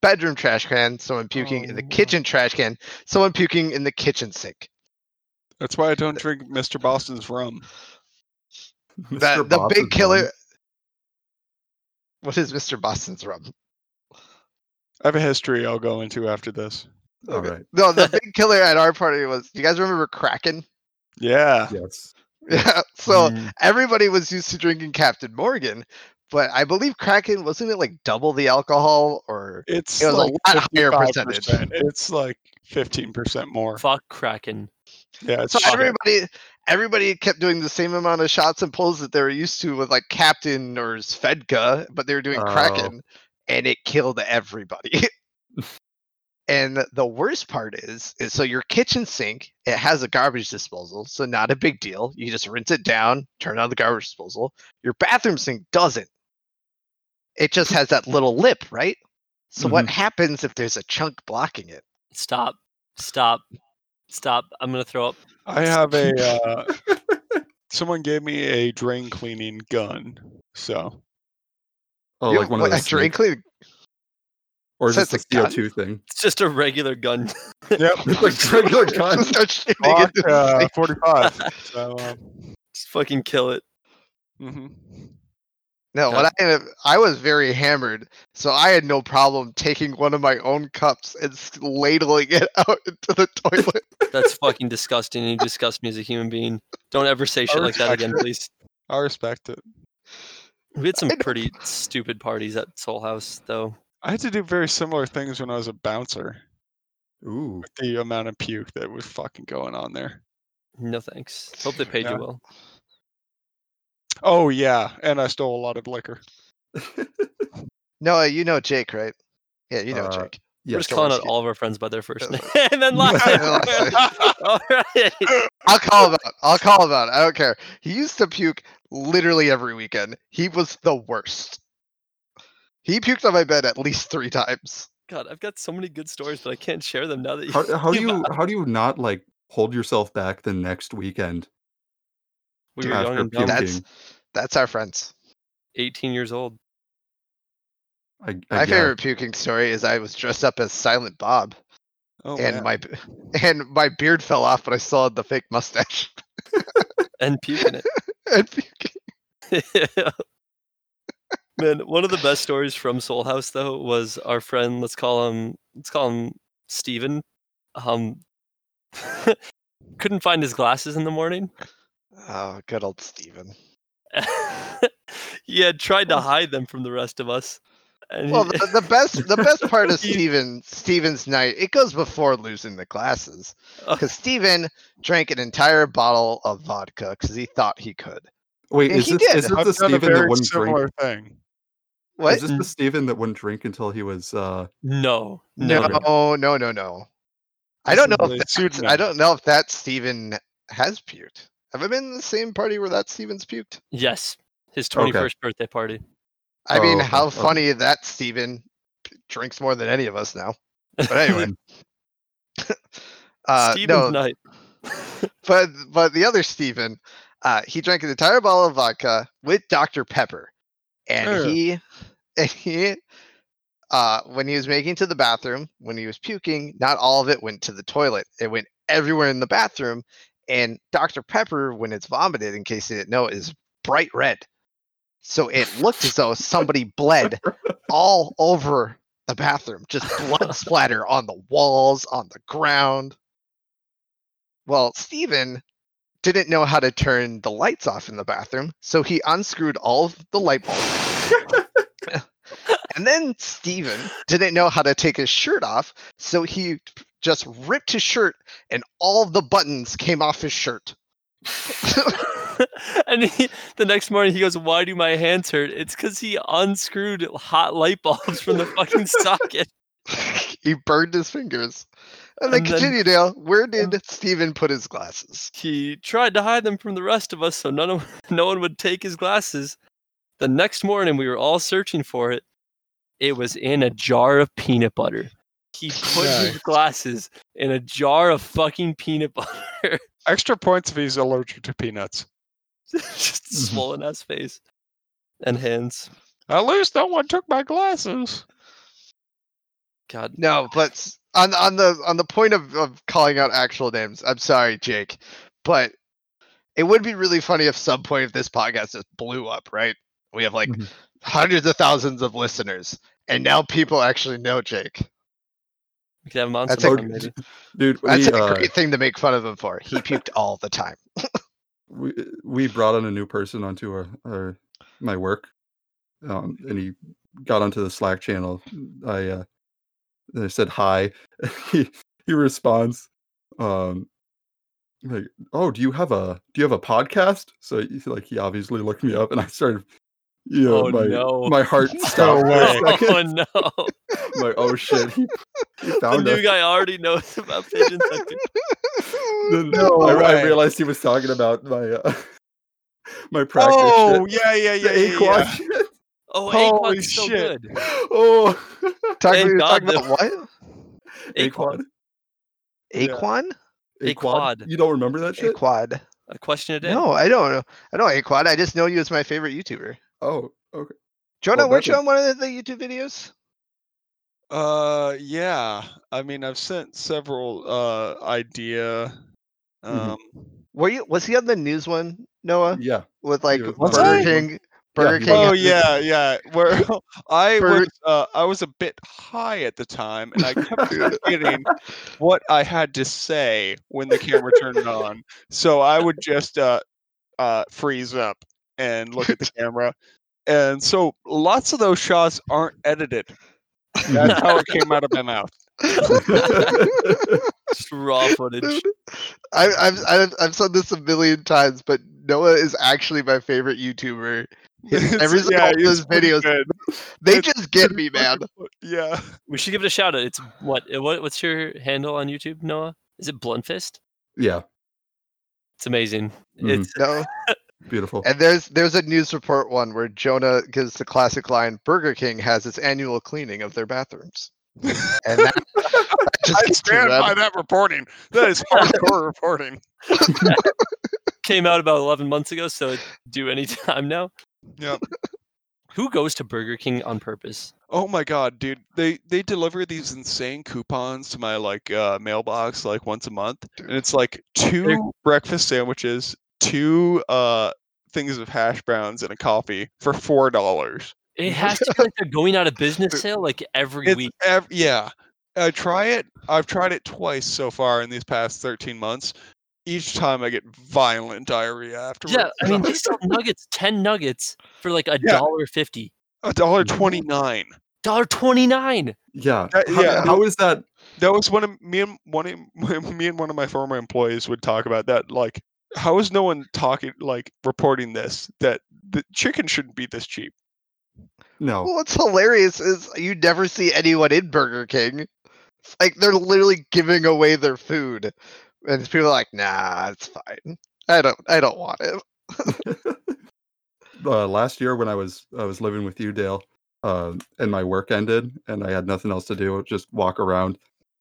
C: bedroom trash can, someone puking in the
D: Oh.
C: kitchen trash can, someone puking in the kitchen sink.
D: That's why I don't drink Mr. Boston's rum.
C: That,
B: Mr.
C: the
B: Boss is
C: big killer.
B: one.
C: What is Mr. Boston's rum?
D: I have a history I'll go into after this.
B: All right.
C: No, the big killer at our party was. You guys remember Kraken?
D: Yeah.
B: Yes.
C: Yeah. So everybody was used to drinking Captain Morgan, but I believe Kraken wasn't it like double the alcohol or
D: It's
C: It was a
D: like
C: lot higher percentage.
D: 55%. It's like 15% more.
A: fuck Kraken.
D: Yeah, it's
C: so
D: shit.
C: everybody everybody kept doing the same amount of shots and pulls that they were used to with like Captain or Svedka, but they were doing
B: Oh.
C: Kraken and it killed everybody. and the worst part is is so your kitchen sink, it has a garbage disposal, so not a big deal. You just rinse it down, turn on the garbage disposal. Your bathroom sink doesn't. It just has that little lip, right? So
B: Mm-hmm.
C: what happens if there's a chunk blocking it?
A: Stop. Stop. Stop. I'm gonna throw up.
D: I have a. Uh, someone gave me a drain cleaning gun. So
B: Oh,
C: You
B: like one
C: have
B: of
C: a
B: those.
C: drain
B: snakes.
C: cleaner?
B: Or is
C: says
B: it the
C: a gun.
B: CO2 thing?
A: It's just a regular gun.
D: yep,
B: It's like regular gun.
C: Just start shooting
D: Glock,
C: into the
D: uh,
C: snake.
D: forty-five. So, um,
A: Just fucking kill it.
D: mhm.
C: No,
A: Yeah.
C: what I ended up- I was very hammered, so I had no problem taking one of my own cups and s- ladling it out into the toilet.
A: That's fucking disgusting. and You disgust me as a human being. Don't ever say shit like that again, please.
D: I respect it.
A: We had some
C: I know.
A: pretty stupid parties at Soul House, though.
D: I had to do very similar things when I was a bouncer.
B: Ooh.
D: with The amount of puke that was fucking going on there.
A: No thanks. Hope they paid
D: Yeah.
A: you well.
D: Oh yeah, and I stole a lot of liquor.
C: No, you know Jake, right? Yeah, you know
B: Uh,
C: Jake.
A: We're
B: Yes.
A: just calling out
C: Swarovski.
A: all of our friends by their first name and then last
C: Yeah,
A: name.
C: last name.
A: all right.
C: I'll call him out. I'll call him out. I don't care. He used to puke literally every weekend. He was the worst. He puked on my bed at least three times.
A: God, I've got so many good stories, but I can't share them now that you.
B: How, how do
A: you-
B: you how do you not like hold yourself back the next weekend?
A: we were
B: after
A: young and dumb,
B: puking.
C: That's that's our friends.
A: 18 years old.
B: I, I
C: my
B: guess.
C: favorite puking story is I was dressed up as Silent Bob,
D: Oh,
C: and
D: man.
C: my b- and my beard fell off, but I still had the fake mustache.
A: and puking
C: and puking.
A: it. Man, one of the best stories from Soul House though was our friend. Let's call him. Let's call him Steven. Um, couldn't find his glasses in the morning.
C: Oh, good old Steven.
A: he had tried to hide them from the rest of us. And
C: Well,
A: he-
C: the, the best the best part of
A: He-
C: Steven Steven's night it goes before losing the glasses
A: Oh.
C: because Steven drank an entire bottle of vodka because he thought he could.
B: Wait,
C: Yeah,
B: is
C: he
B: this,
C: did.
B: is this the
D: I've done a
B: Steven that
D: very
B: wouldn't drink?
D: similar thing.
C: What?
B: Is this the Steven that wouldn't drink until he was uh
A: no, no,
C: No, no, no, no. I don't know.
D: This
C: If that's,
D: is a
C: I
D: pseudonym.
C: don't know if that Steven has puked. Have I been in the same party where that Steven's puked?
A: Yes, his
B: Okay.
A: 21st birthday party.
C: I mean,
B: Oh,
C: how
B: okay, okay.
C: funny that Steven p- drinks more than any of us now. But anyway. uh, no,
A: Steven's night.
C: but but the other Steven, uh, he drank an entire bottle of vodka with Dr. Pepper. And
D: Ugh.
C: he and he uh, when he was making it to the bathroom, when he was puking, not all of it went to the toilet. It went everywhere in the bathroom. And Dr. Pepper, when it's vomited, in case you didn't know, is bright red. So it looked as though somebody bled all over the bathroom, just blood splatter on the walls, on the ground. Well, Steven didn't know how to turn the lights off in the bathroom, so he unscrewed all of the light bulbs. And then Steven didn't know how to take his shirt off, so he just ripped his shirt and all the buttons came off his shirt.
A: and he, the next morning he goes, "Why do my hands hurt?" It's because he unscrewed hot light bulbs from the fucking socket.
C: he burned his fingers. And then
A: And then-
C: continue, Dale. Where did Steven put his glasses?
A: He tried to hide them from the rest of us so none of, no one would take his glasses. The next morning we were all searching for it. It was in a jar of peanut butter. He put his
D: Nice.
A: glasses in a jar of fucking peanut butter.
D: Extra points if he's allergic to peanuts.
A: Just
B: Mhm.
C: Mm-hmm.
A: swollen ass face and hands.
D: At least no one took my glasses.
A: God.
C: No, but s- on on the on the point of, of calling out actual names, I'm sorry, Jake, but it would be really funny if some point of this podcast just blew up, right? We have like
B: Mhm.
C: hundreds of thousands of listeners, and now people actually know Jake.
A: We could have him on
C: That's a-
A: sometime, maybe.
B: Dude, we,
C: That's a
B: uh,
C: great thing to make fun of him for. He puked all the time.
B: we we brought on a new person onto our, our my work, um, and he got onto the Slack channel. I uh, I said hi. he he responds, um, like, "Oh, do you have a do you have a podcast?" So he, like he obviously looked me up, and I started, you know,
A: Oh,
B: my
A: no.
B: my heart stopped. for a
D: way.
A: Oh
B: second.
A: no.
B: I'm like, oh shit, he, he
A: The
B: found us.
A: new guy already knows about pigeons. Like, dude,
B: Then
D: No
B: I, I
D: way.
B: realized he was talking about my uh, my practice.
D: oh
B: shit.
D: yeah, yeah, yeah,
B: The
D: yeah,
B: Aquan
D: yeah.
B: shit.
A: Oh,
D: Holy
A: Aquan's so
D: shit.
A: good.
B: oh,
C: Talk,
A: Thank
C: about, talk
A: God,
C: about what?
A: Aquan.
B: Aquan.
D: Yeah.
C: Aquan?
A: Aquad.
B: You don't remember that shit?
C: Aquad.
A: A question a day.
C: No, I don't know. I don't know Aquad. I just know you as my favorite YouTuber.
B: Oh, okay.
C: Jonah,
D: Oh,
B: Well,
C: weren't
B: that
C: you
B: was-
C: on one of the YouTube videos?
D: Uh, yeah. I mean, I've sent several uh idea.
B: Mhm.
D: Um,
C: Were you? Was he on the news one, Noah?
B: Yeah.
C: with like
B: was
D: on
C: Burger
D: the news
B: one.
C: King? Burger
B: he
C: King.
D: oh
C: had this-
D: yeah, yeah. Where I
C: For-
D: was, uh, I was a bit high at the time, and I kept forgetting what I had to say when the camera turned it on. So I would just uh, uh, freeze up and look at the camera. And so lots of those shots aren't edited. That's how it came out of my mouth.
A: Just raw footage.
C: Dude, I, I've, I've I've said this a million times, but Noah is actually my favorite YouTuber. His,
D: It's-
C: every single
D: yeah,
C: one of
D: it's
C: his
D: pretty
C: videos,
D: good.
C: they
D: it's
C: just get me, man.
D: Yeah.
A: We should give it a shout out. It's what, uh, what what's your handle on YouTube, Noah? Is it Bluntfist?
B: yeah.
A: It's amazing.
D: Mm-hmm.
B: Mhm.
A: It's
C: No,
B: Beautiful.
C: and there's there's a news report one where Jonah gives the classic line: "Burger King has its annual cleaning of their bathrooms," and that, that just
D: I
C: gets me,
D: stand
C: man.
D: by that reporting. That is hardcore reporting.
A: came out about 11 months ago, so it's due any time now.
D: Yep.
A: Who goes to Burger King on purpose?
D: Oh my god, dude. They they deliver these insane coupons to my like uh mailbox like once a month. And it's like 2 breakfast sandwiches, two uh things of hash browns and a coffee for four dollars.
A: It has to be like they're going out of business sale like every
D: It's
A: week.
D: ev- yeah. I try it. I've tried it twice so far in these past 13 months. Each time I get violent diarrhea afterwards.
A: Yeah, I mean they sell nuggets, ten nuggets for like a
D: Yeah.
A: dollar fifty,
D: a dollar 29.
A: dollar twenty nine.
B: Yeah.
D: Uh,
B: How-
D: yeah.
B: how is that?
D: That was one of me and one of, me and one of my former employees would talk about that. Like, how is no one talking like reporting this that the chicken shouldn't be this cheap?
B: No.
C: Well, what's hilarious is you never see anyone in Burger King. It's like they're literally giving away their food, and people are like, "Nah, it's fine. I don't, I don't want it."
B: uh, last year when I was I was living with you, Dale, uh, and my work ended, and I had nothing else to do, just walk around.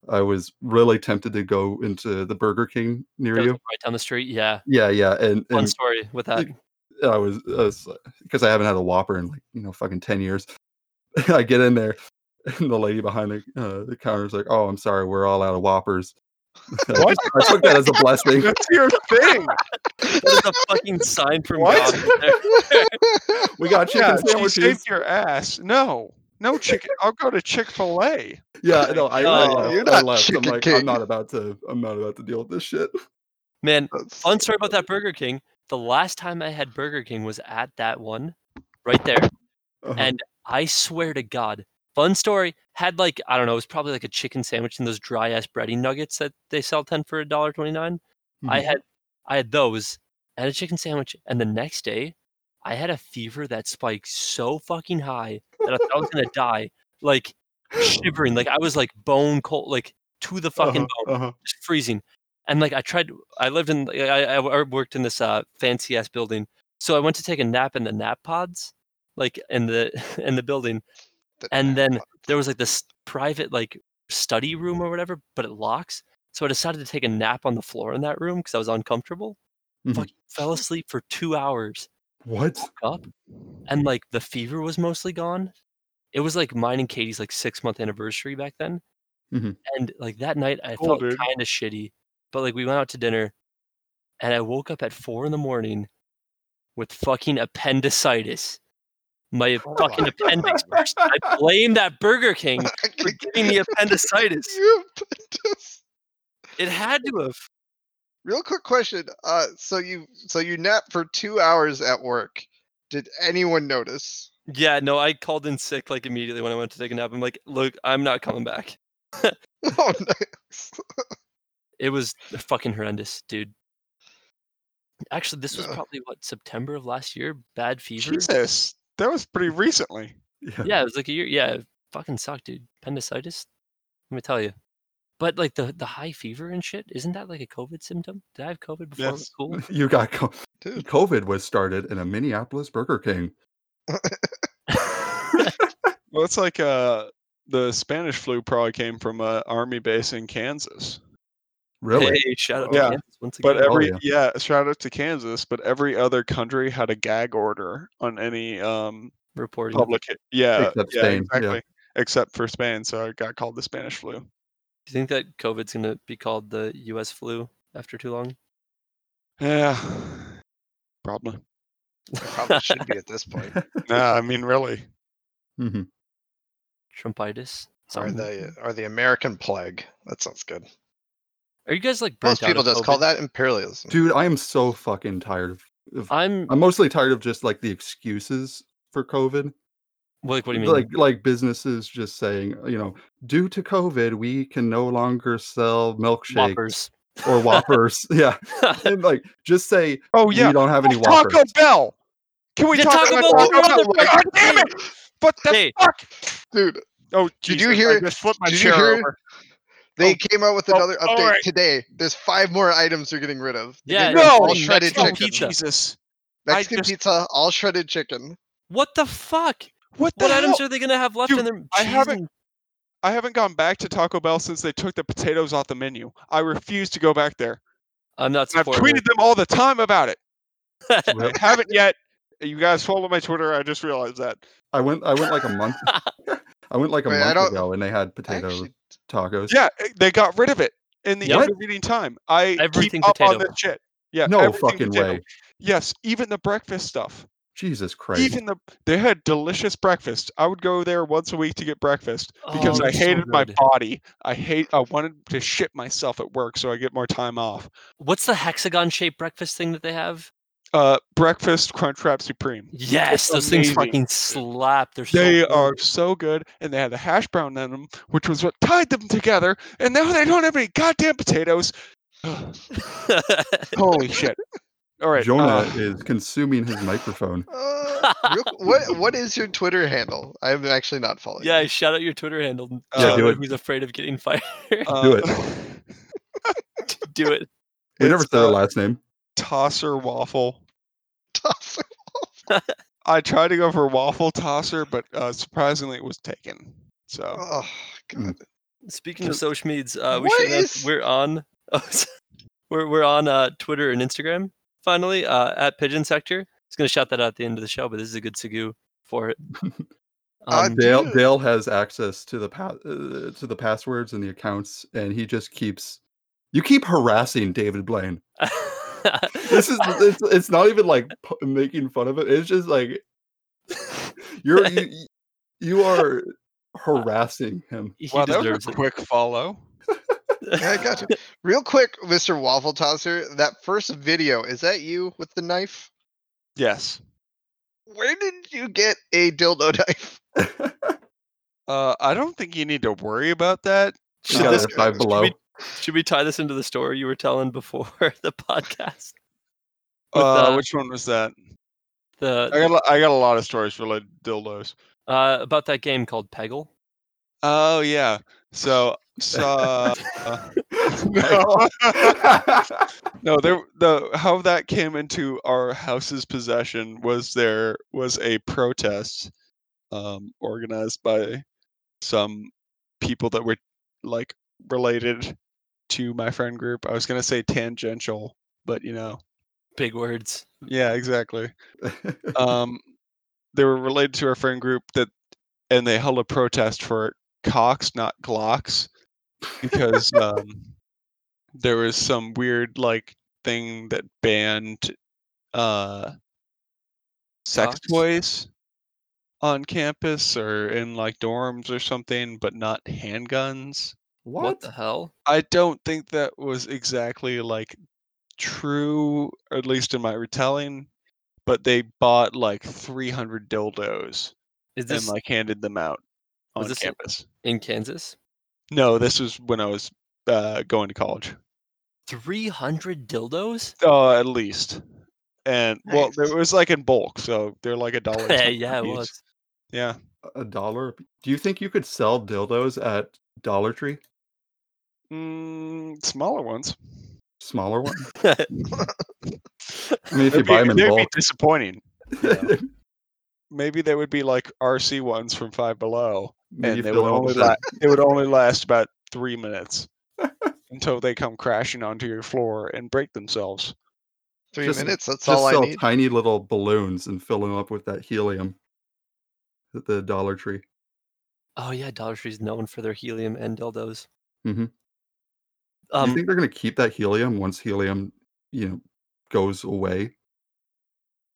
B: I was really tempted to go into the Burger King near
A: That was
B: you.
A: Right down the street. Yeah.
B: Yeah, yeah, and,
A: One
B: and
A: story with that.
B: I was because I haven't had a Whopper in like you know fucking ten years. I get in there, and the lady behind the, uh, the counter is like, "Oh, I'm sorry, we're all out of Whoppers." I
D: What?
B: just- I took that as a blessing.
D: That's your thing.
A: That is a fucking sign from
D: What?
A: God. right there.
B: We got chicken
D: yeah, she
B: sandwiches.
D: saved your ass. No, no chicken. I'll go to Chick Fil A.
B: Yeah, no, I, I
A: Oh,
B: left.
C: you're
B: I
C: not
B: left. I'm
C: Chicken
B: like,
C: King.
B: I'm not about to. I'm not about to deal with this shit.
A: Man,
C: That's-
A: fun story about that Burger King. The last time I had Burger King was at that one, right there.
B: Uh-huh.
A: And I swear to God, fun story had like I don't know, it was probably like a chicken sandwich and those dry ass breading nuggets that they sell ten for a dollar twenty nine. I had I had those and a chicken sandwich, and the next day I had a fever that spiked so fucking high that I thought I was gonna die, like shivering, like I was like bone cold, like to the fucking
B: Uh-huh,
A: bone
B: uh-huh.
A: just freezing. And like I tried, I lived in, I, I I worked in this uh, fancy ass building. So I went to take a nap in the nap pods, like in the in the building.
C: that-
A: And then there was like this private like study room or whatever, but it locks. So I decided to take a nap on the floor in that room because I was uncomfortable.
B: Mhm.
A: Fucking fell asleep for two hours,
B: What?
A: up, and like the fever was mostly gone. It was like mine and Katie's like six month anniversary back then,
B: Mhm.
A: and like that night I
D: Mm-hmm. Cool,
A: felt
D: dude.
A: kind of shitty, but like we went out to dinner, and I woke up at four in the morning with fucking appendicitis. My
C: Oh my
A: fucking appendix burst. I blame that Burger King for giving me appendicitis.
C: You appendicitis.
A: It had to have.
C: Real quick question. Uh, so you so you nap for two hours at work. Did anyone notice?
A: Yeah, no, I called in sick like immediately when I went to take a nap. I'm like, look, I'm not coming back.
C: Oh, nice.
A: It was fucking horrendous, dude. Actually, this was
C: Yeah.
A: probably what September of last year. Bad fever.
D: Jesus, that was pretty recently.
B: Yeah.
A: Yeah, it was like a year. Yeah, it fucking sucked, dude. Appendicitis. Let me tell you. But like the the high fever and shit, isn't that like a COVID symptom? Did I have COVID before? it was
D: Yes.
A: Cool.
B: You got co-
C: Dude,
B: COVID was started in a Minneapolis Burger King.
D: Well, it's like uh, the Spanish flu probably came from an army base in Kansas.
B: Really?
A: Hey, shout out
D: Yeah,
A: to Kansas once again.
D: But every
B: yeah.
D: yeah. shout out to Kansas. But every other country had a gag order on any um
A: reporting.
D: public. Yeah,
B: Except
D: yeah,
B: Spain, yeah.
D: exactly. Except for Spain, so it got called the Spanish flu.
A: Do you think that COVID's gonna be called the U.S. flu after too long?
D: Yeah, probably.
C: probably should be at this point.
D: Nah, I mean really.
B: hmm
A: Trumpitis.
C: Or
A: something.
C: the or the American plague. That sounds good.
A: Are you guys like burnt
C: Most
A: out
C: people
A: of
C: just call
A: COVID?
C: that imperialism.
B: Dude, I am so fucking tired of, of
A: I'm
B: I'm mostly tired of just like the excuses for COVID.
A: like, what do you mean?
B: Like like businesses just saying, uh, you know, due to COVID, we can no longer sell milkshakes
A: Whoppers.
B: or Whoppers. yeah, and like just say
D: Oh
B: we don't have any
D: Oh, Taco
B: Whoppers.
D: Bell. Can we
A: Yeah,
D: talk
A: Taco
D: about
A: Bell,
D: Taco Bell?
A: motherfucker.
D: God damn it! What the
A: Hey.
D: fuck?
C: Dude,
D: Oh,
C: Did
D: Jesus,
C: you hear-
D: I just flipped my
C: did you
D: chair
C: hear-
D: over.
C: they came out with
D: oh,
C: another
D: all
C: update
D: right.
C: today. There's five more items they're getting rid of. They're
A: Yeah,
C: getting rid of
D: no,
C: all
D: that's
C: shredded
D: not
C: chicken.
A: pizza.
D: Jesus. I
C: Mexican
D: just-
C: pizza, all shredded chicken.
A: What the fuck?
D: What the
A: What items
D: hell?
A: are they gonna have left
D: Dude,
A: in their?
D: I
A: cheese
D: haven't-
A: and-
D: I haven't gone back to Taco Bell since they took the potatoes off the menu. I refuse to go back there.
A: I'm not
D: I've
A: supporting.
D: tweeted them all the time about it.
A: it.
B: Yep.
D: haven't yet. You guys follow my Twitter. I just realized that.
B: I went I went like a month. I went like a
C: Wait, I
B: month
C: don't-
B: ago, and they had
C: I
B: potato
C: actually
B: tacos.
D: Yeah, eh, they got rid of it in the
A: Yep.
D: intervening time. I
A: Everything
D: keep up on
A: potato.
D: this shit. Yeah,
B: no
D: everything
B: fucking
D: potato.
B: way.
D: Yes, even the breakfast stuff.
B: Jesus Christ.
D: Even the they had delicious breakfast. I would go there once a week to get breakfast because
A: Oh,
D: I
A: that's so
D: hated my
A: good.
D: body. I hate. I wanted to shit myself at work so I get more time off.
A: What's the hexagon-shaped breakfast thing that they have?
D: Uh, breakfast Crunchwrap Supreme.
A: Yes, those things
D: amazing.
A: fucking slap. They're so
D: They
A: good.
D: are so good, and they had the hash brown in them, which was what tied them together. And now they don't have any goddamn potatoes. Ugh, Holy shit! All right,
B: Jonah
D: uh,
B: is consuming his microphone.
C: Uh, real, qu- what what is your Twitter handle? I'm actually not following.
A: yeah, shout out your Twitter handle.
D: Yeah,
A: Shout
B: do
A: out
B: it.
A: Who's afraid of getting fired?
D: uh,
B: do it.
A: do it.
B: We never
D: it's,
B: said her
D: uh,
B: last name.
D: Tosser waffle.
C: Toss it.
D: I tried to go for waffle tosser, but uh, surprisingly, it was taken. So
C: Oh
B: Hmm.
C: god.
A: Speaking of social meds, uh, we
C: What
A: should announce
C: is-
A: we're on. oh, we're we're on uh, Twitter and Instagram finally uh, at Pigeon Sector. I was gonna shout that out at the end of the show, but this is a good segue for it.
C: Uh,
A: Um,
C: do
B: Dale
C: you-
B: Dale has access to the pa- uh, to the passwords and the accounts, and he just keeps. You keep harassing David Blaine. This is it's, it's not even like p- making fun of it. It's just like you're you, you- you are harassing him.
A: he
D: wow, that was
A: deserves
D: a
A: it.
D: quick follow.
C: Yeah, I got you. Real quick, Mr. Waffle Tosser, that first video, is that you with the knife?
D: Yes.
C: Where did you get a dildo knife?
D: Uh, I don't think you need to worry about that.
B: She
A: Should
B: got
A: this-
B: it at five below.
A: we- Should we tie this into the story you were telling before the podcast? With,
D: Uh,
A: uh,
D: which one was that? I
A: The
D: got a- I got a lot of stories for like dildos.
A: uh, about that game called Peggle.
D: Oh yeah. So so no.
A: uh,
B: Peggle.
D: no, there the how that came into our house's possession was there was a protest um organized by some people that were like related to my friend group. I was going to say tangential, but you know.
A: Big words.
D: Yeah, exactly. um, they were related to our friend group that, and they held a protest for Cox, not Glocks, because um, there was some weird like thing that banned uh, sex
A: Glocks?
D: toys on campus or in like dorms or something, but not handguns.
A: What, the hell?
D: I don't think that was exactly like true, or at least in my retelling. But they bought like 300 dildos
A: Is this
D: and like handed them out
A: Was
D: on
A: this in-
D: campus.
A: in Kansas?
D: No, this was when I was uh, going to college.
A: Three hundred dildos?
D: Oh, at least. And well,
C: Nice.
D: it was like in bulk, so they're like a dollar.
A: Yeah,
D: 10
A: yeah, it
D: apiece.
A: was.
D: Yeah.
B: a dollar. a pe- Do you think you could sell dildos at Dollar Tree?
D: Mm, smaller ones.
B: Smaller one? I
A: I
B: mean, if you
D: They'd be-
B: buy them in
D: they'd be
B: bulk.
D: disappointing. Maybe they would be like RC ones from Five Below.
B: Maybe
D: and they
B: fill
D: would
B: them
D: only
B: with
D: la- it would only last about three minutes until they come crashing onto your floor and break themselves.
C: Three
B: Just-
C: minutes, that's
B: just
C: all I
B: sell
C: need.
B: tiny little balloons and fill them up with that helium at the Dollar Tree.
A: Oh yeah, Dollar Tree's known for their helium and dildos.
D: Mm-hmm.
B: Mhm. Do
A: Um,
B: you think they're going to keep that helium once helium, you know, goes away?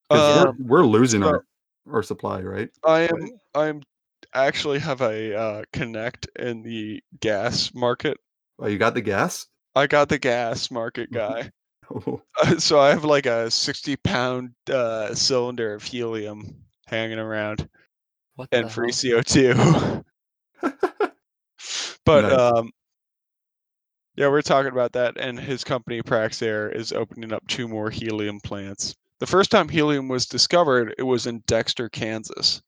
B: 'Cause
D: Um,
B: we're, we're losing
D: so-
B: our, our supply, right?
D: I am I am actually have a uh, connect in the gas market.
B: Oh, you got the gas?
D: I got the gas market
B: Mhm.
D: guy,
B: Oh,
D: so I have like a sixty pound uh, cylinder of helium hanging around
A: what the
D: and free
A: hell?
D: CO two. but
B: Nice.
D: um, yeah, we we're talking about that, and his company Praxair is opening up two more helium plants. The first time helium was discovered, it was in Dexter, Kansas.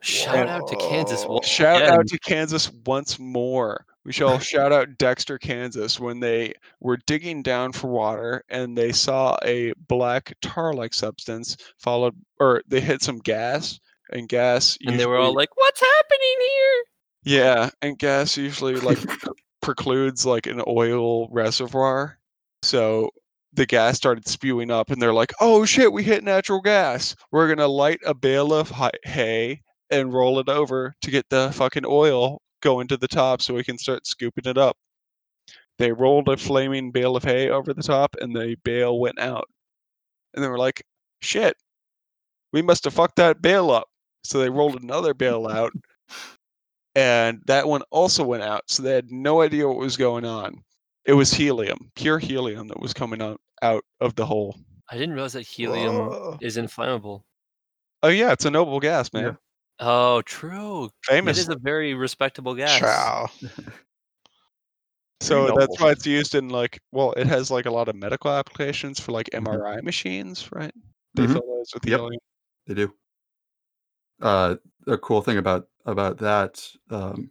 A: Shout out to Kansas.
C: Whoa.
A: once
D: Shout
A: again.
D: out to Kansas once more. We shall shout out Dexter, Kansas, when they were digging down for water and they saw a black tar like substance followed, or they hit some gas, and gas.
A: and they were all
D: usually-
A: like, "What's happening here?"
D: Yeah, and gas usually like precludes like an oil reservoir. So the gas started spewing up, and they're like, "Oh shit, we hit natural gas. We're gonna light a bale of hi- hay and roll it over to get the fucking oil going to the top, so we can start scooping it up." They rolled a flaming bale of hay over the top, and the bale went out. And they were like, "Shit, we must have fucked that bale up." So they rolled another bale out and that one also went out. So they had no idea what was going on. It was helium, pure helium that was coming out, out of the hole.
A: I didn't realize that helium
C: Whoa.
A: is inflammable.
D: Oh yeah, it's a noble gas, man.
B: Yeah.
A: Oh, true. It
D: Famous.
A: is a very respectable gas.
C: Chow.
D: so
C: noble.
D: that's why it's used in like well, it has like a lot of medical applications for like MRI machines, right? They
B: Mhm.
D: fill those with
B: Mm-hmm. Yep.
D: helium.
B: They do. Uh, a cool thing about about that um,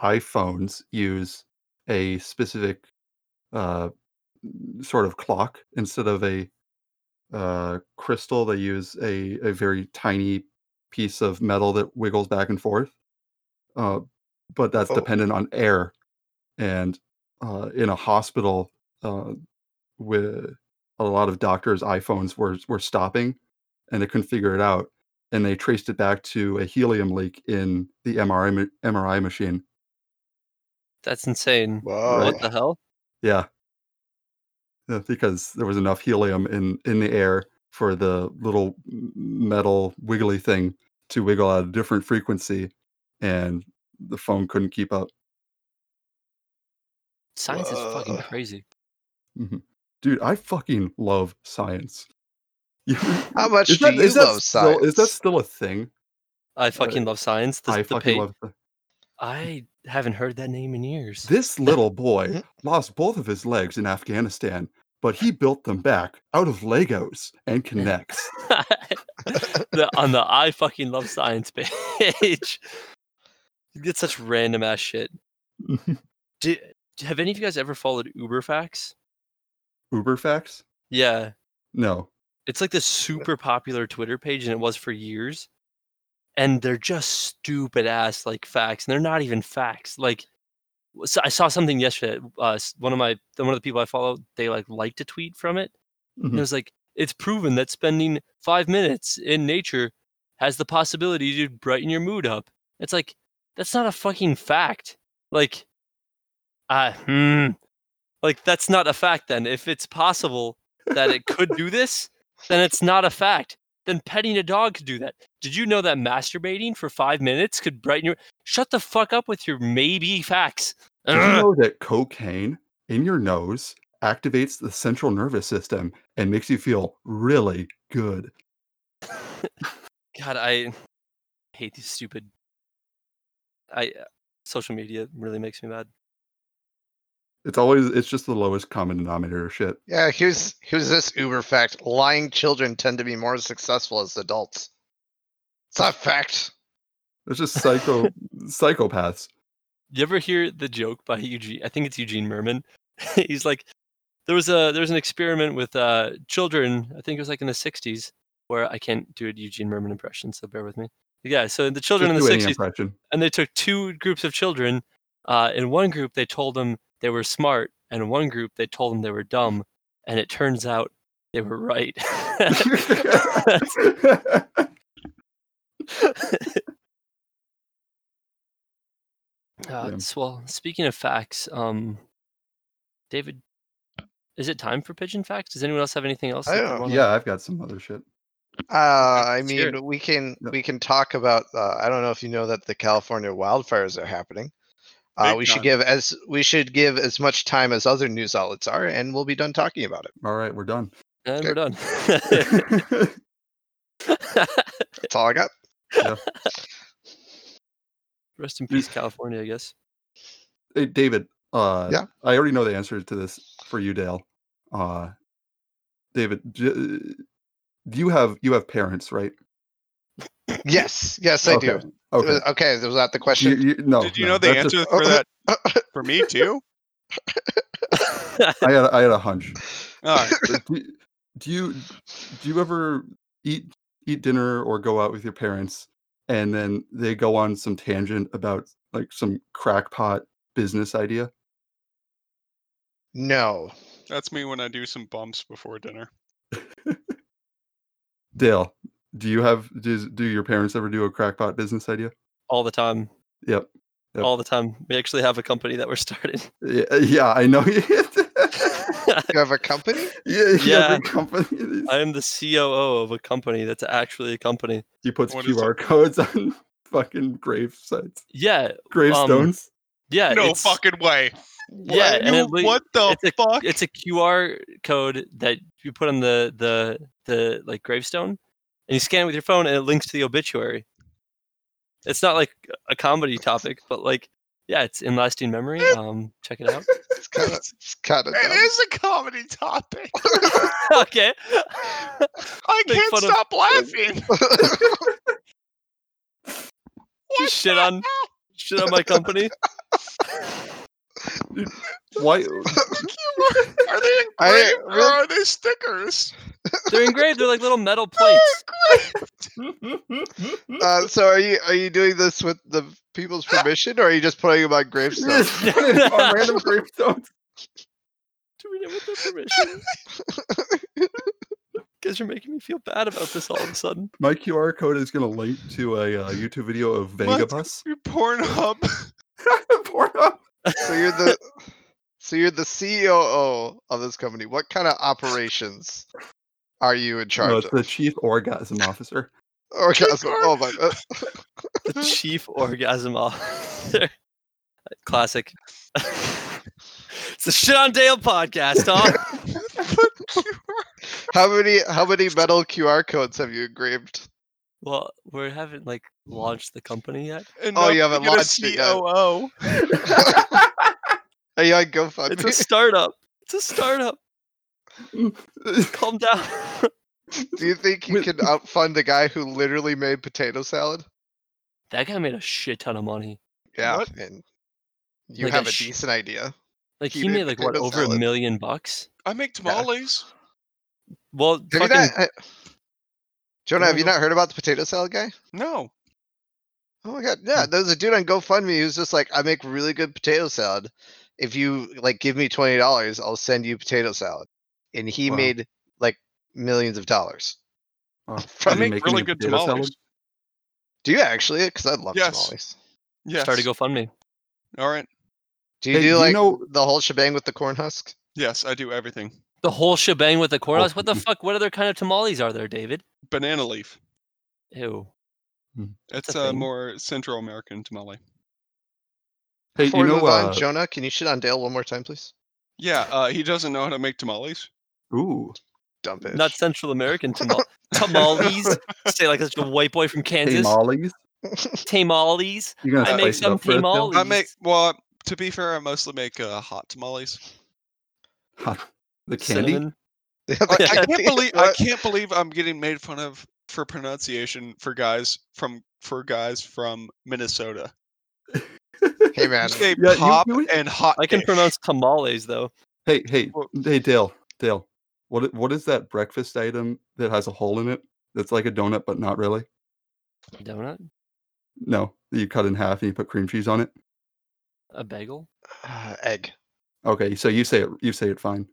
B: iPhones use a specific uh, sort of clock instead of a uh, crystal. They use a a very tiny piece of metal that wiggles back and forth, uh, but that's
C: Oh.
B: dependent on air. And uh, in a hospital, uh, with a lot of doctors, iPhones were were stopping, and they couldn't figure it out. And they traced it back to a helium leak in the MRI ma- MRI machine.
A: That's insane.
C: Whoa.
A: What the hell?
B: Yeah. Uh, Because there was enough helium in in the air for the little m- metal wiggly thing to wiggle at a different frequency and the phone couldn't keep up.
A: Science is fucking
C: Whoa.
A: crazy.
B: Dude, I fucking love science.
C: How much
B: Is
C: do
B: that-
C: you
B: is that
C: love
B: still- Is that
C: science?
B: still a thing?
A: I fucking love science. The,
B: I
A: the
B: fucking
A: pa-
B: love sci-
A: I haven't heard that name in years.
B: This little boy
C: Mm-hmm.
B: lost both of his legs in Afghanistan, but he built them back out of Legos and connects.
C: Mm-hmm.
A: The- on the I fucking love science page. you get such random ass shit. Do, have any of you guys ever followed Uberfax?
B: Uber facts?
A: Yeah.
B: No.
A: It's like this super popular Twitter page, and it was for years. And they're just stupid ass like facts, and they're not even facts. Like, w- so I saw something yesterday. Uh, s- one of my one of the people I follow, they like liked a tweet from it,
B: Mm-hmm.
A: and it was like, "It's proven that spending five minutes in nature has the possibility to brighten your mood up." It's like that's not a fucking fact. Like, uh, hmm, like that's not a fact. Then, if it's possible that it could do this, then it's not a fact. Then petting a dog could do that. Did you know that masturbating for five minutes could brighten your? Shut the fuck up with your maybe facts.
B: Did you
A: Ugh.
B: know that cocaine in your nose activates the central nervous system and makes you feel really good?
A: God, I hate these stupid. I uh, social media really makes me mad.
B: It's always it's just the lowest common denominator of shit.
C: Yeah, here's here's this Uber fact: lying children tend to be more successful as adults. It's not a fact.
B: It's just psycho psychopaths.
A: You ever hear the joke by Eugene? I think it's Eugene Merman. He's like, there was a there was an experiment with uh, children. I think it was like in the '60s, where I can't do a Eugene Merman impression, so bear with me. Yeah, so the children in
B: Just
A: the
B: do any
A: '60s,
B: impression.
A: and they took two groups of children. Uh, in one group, they told them they were smart, and in one group, they told them they were dumb. And it turns out they were right. Uh,
B: Yeah.
A: s- well, speaking of facts, um, David, is it time for pigeon facts? Does anyone else have anything else?
C: I
A: that they
C: don't-
A: wanna-
B: Oh, yeah, I've got some other shit.
C: Uh, I
A: let's hear
C: mean, we can
B: No.
C: we can talk about. Uh, I don't know if you know that the California wildfires are happening. Uh,
D: Big
C: we
D: time.
C: should give as we should give as much time as other news outlets are, and we'll be done talking about it.
B: All right, we're done.
A: and we're done.
C: That's all I got.
A: Rest in peace, California. I guess.
B: Hey, David, uh,
C: Yeah?
B: I already know the answer to this for you, Dale. Uh, David, j- uh, you have you have parents, right?
C: Yes, yes, I
B: okay.
C: do.
B: Okay.
C: Uh, Okay, was that the
B: You-
C: question?
B: you- no,
D: Did you
B: Oh, no,
D: know the
B: that's
D: answer
B: just- oh.
D: for that for me too?
B: I had I had a hunch.
D: All right.
B: But do, do you do you ever eat eat dinner or go out with your parents and then they go on some tangent about like some crackpot business idea?
C: No.
D: That's me when I do some bumps before dinner.
B: Dale, do you have does, do your parents ever do a crackpot business idea?
A: All the time.
B: Yep. Yep.
A: All the time. We actually have a company that we're starting.
B: Yeah, yeah I know.
C: You have a company?
B: yeah, yeah.
A: Yeah.
B: The company
A: I am the COO of a company that's actually a company.
B: he puts
D: What is it?
B: QR codes on fucking grave sites,
A: Yeah,
B: gravestones.
A: yeah.
D: no
A: it's,
D: fucking way.
A: Yeah,
D: What,
A: and
D: you-
A: it le-
D: what the
A: it's a-
D: fuck?
A: it's a QR code that you put on the the the like gravestone, and you scan it with your phone, and it links to the obituary. It's not like a comedy topic, but like, yeah, it's in lasting memory. Um, check it out.
C: It's kind of it's kind of
D: it is a comedy topic.
A: okay.
D: I
A: Make
D: can't
A: fun of-
D: stop laughing. What
A: Just shit
D: the
A: on
D: hell?
A: shit on my company.
B: Why?
D: Are they
C: I-
D: engraved or
C: really-
D: are they stickers?
A: They're engraved. They're like little metal plates.
C: uh, so are you are you doing this with the people's permission, or are you just putting them on gravestones?
B: on random gravestones.
A: Doing it with their permission. Because you're making me feel bad about this all of a sudden.
B: My QR code is gonna link to a uh, YouTube video of
D: What?
B: Vagabus.
D: Your Pornhub.
B: Pornhub.
C: So you're the so you're the COO of this company. What kind of operations are you in
B: No,
C: charge
B: it's
C: of?
B: the chief orgasm officer.
C: Or guys, oh my! uh,
A: the chief orgasm officer. Classic. It's the Shit on Dale podcast, Tom.
C: How many how many metal QR codes have you engraved?
A: well, we haven't like launched the company yet.
C: Oh, you haven't
D: Enough to get a
C: launched it yet.
D: COO.
C: Are you on
A: It's a
C: GoFundMe?
A: startup. It's a startup. Calm down.
C: Do you think you
B: Wait.
C: can outfund the guy who literally made potato salad?
A: that guy made a shit ton of money.
C: Yeah,
D: What?
C: and you
A: Like a
C: have a
A: sh-
C: decent idea.
A: Like
C: He
A: he,
C: made
A: made like what
C: potato
A: over a
C: salad.
A: million bucks.
D: I make tamales.
A: Well,
C: Have you
A: fucking-
C: not, I- Jonah, have you
A: Go-
C: not heard about the potato salad guy?
D: No.
C: Oh my god, yeah, there's a dude on GoFundMe who's just like, I make really good potato salad. If you like give me twenty dollars, I'll send you potato salad. And he
B: Wow.
C: made like millions of dollars.
B: Wow.
C: From-
D: I
B: you
D: make
B: making
D: really
B: a
D: good
B: potato
D: tamales.
B: salad?
C: Do you actually? Because I love
D: Yes.
C: tamales.
D: Yes.
A: start a GoFundMe.
D: All right.
C: Do you
B: Hey,
C: do
B: you
C: like
B: know-
C: the whole shebang with the corn husk?
D: Yes, I do everything.
A: The whole shebang with the corn
B: Oh.
A: husk. What the fuck? What other kind of tamales are there, David?
D: Banana leaf.
A: Ew.
D: It's
A: a
D: a
A: thing.
D: more Central American tamale.
B: Hey,
C: Before
B: you
C: we
B: know,
C: move on,
B: uh,
C: Jonah, can you shit on Dale one more time, please?
D: Yeah, uh, he doesn't know how to make tamales.
B: ooh,
C: Dumb bitch.
A: Not Central American tamal- tamales. Say like such a white boy from Kansas.
B: tamales.
A: Tamales.
B: You're gonna
A: I make
B: spice it
A: some
B: up for us, Dale?
A: tamales.
D: I make well. To be fair, I mostly make uh, hot tamales.
B: The candy.
A: Cinnamon.
C: I
D: I, I can't
C: can't-
D: believe I
C: what?
D: can't believe I'm getting made fun of for pronunciation for guys from for guys from Minnesota.
C: Hey man,
D: You say
B: Yeah, you-
D: pop
B: you-
D: and hot.
A: I can
D: dish.
A: pronounce tamales though.
B: Hey, hey,
D: Well-
B: hey, Dale, Dale. What i- what is that breakfast item that has a hole in it? That's like a donut, but not really.
A: Donut.
B: No, that you cut in half and you put cream cheese on it.
A: A bagel.
C: uh, egg.
B: Okay, so you say it. You say it fine.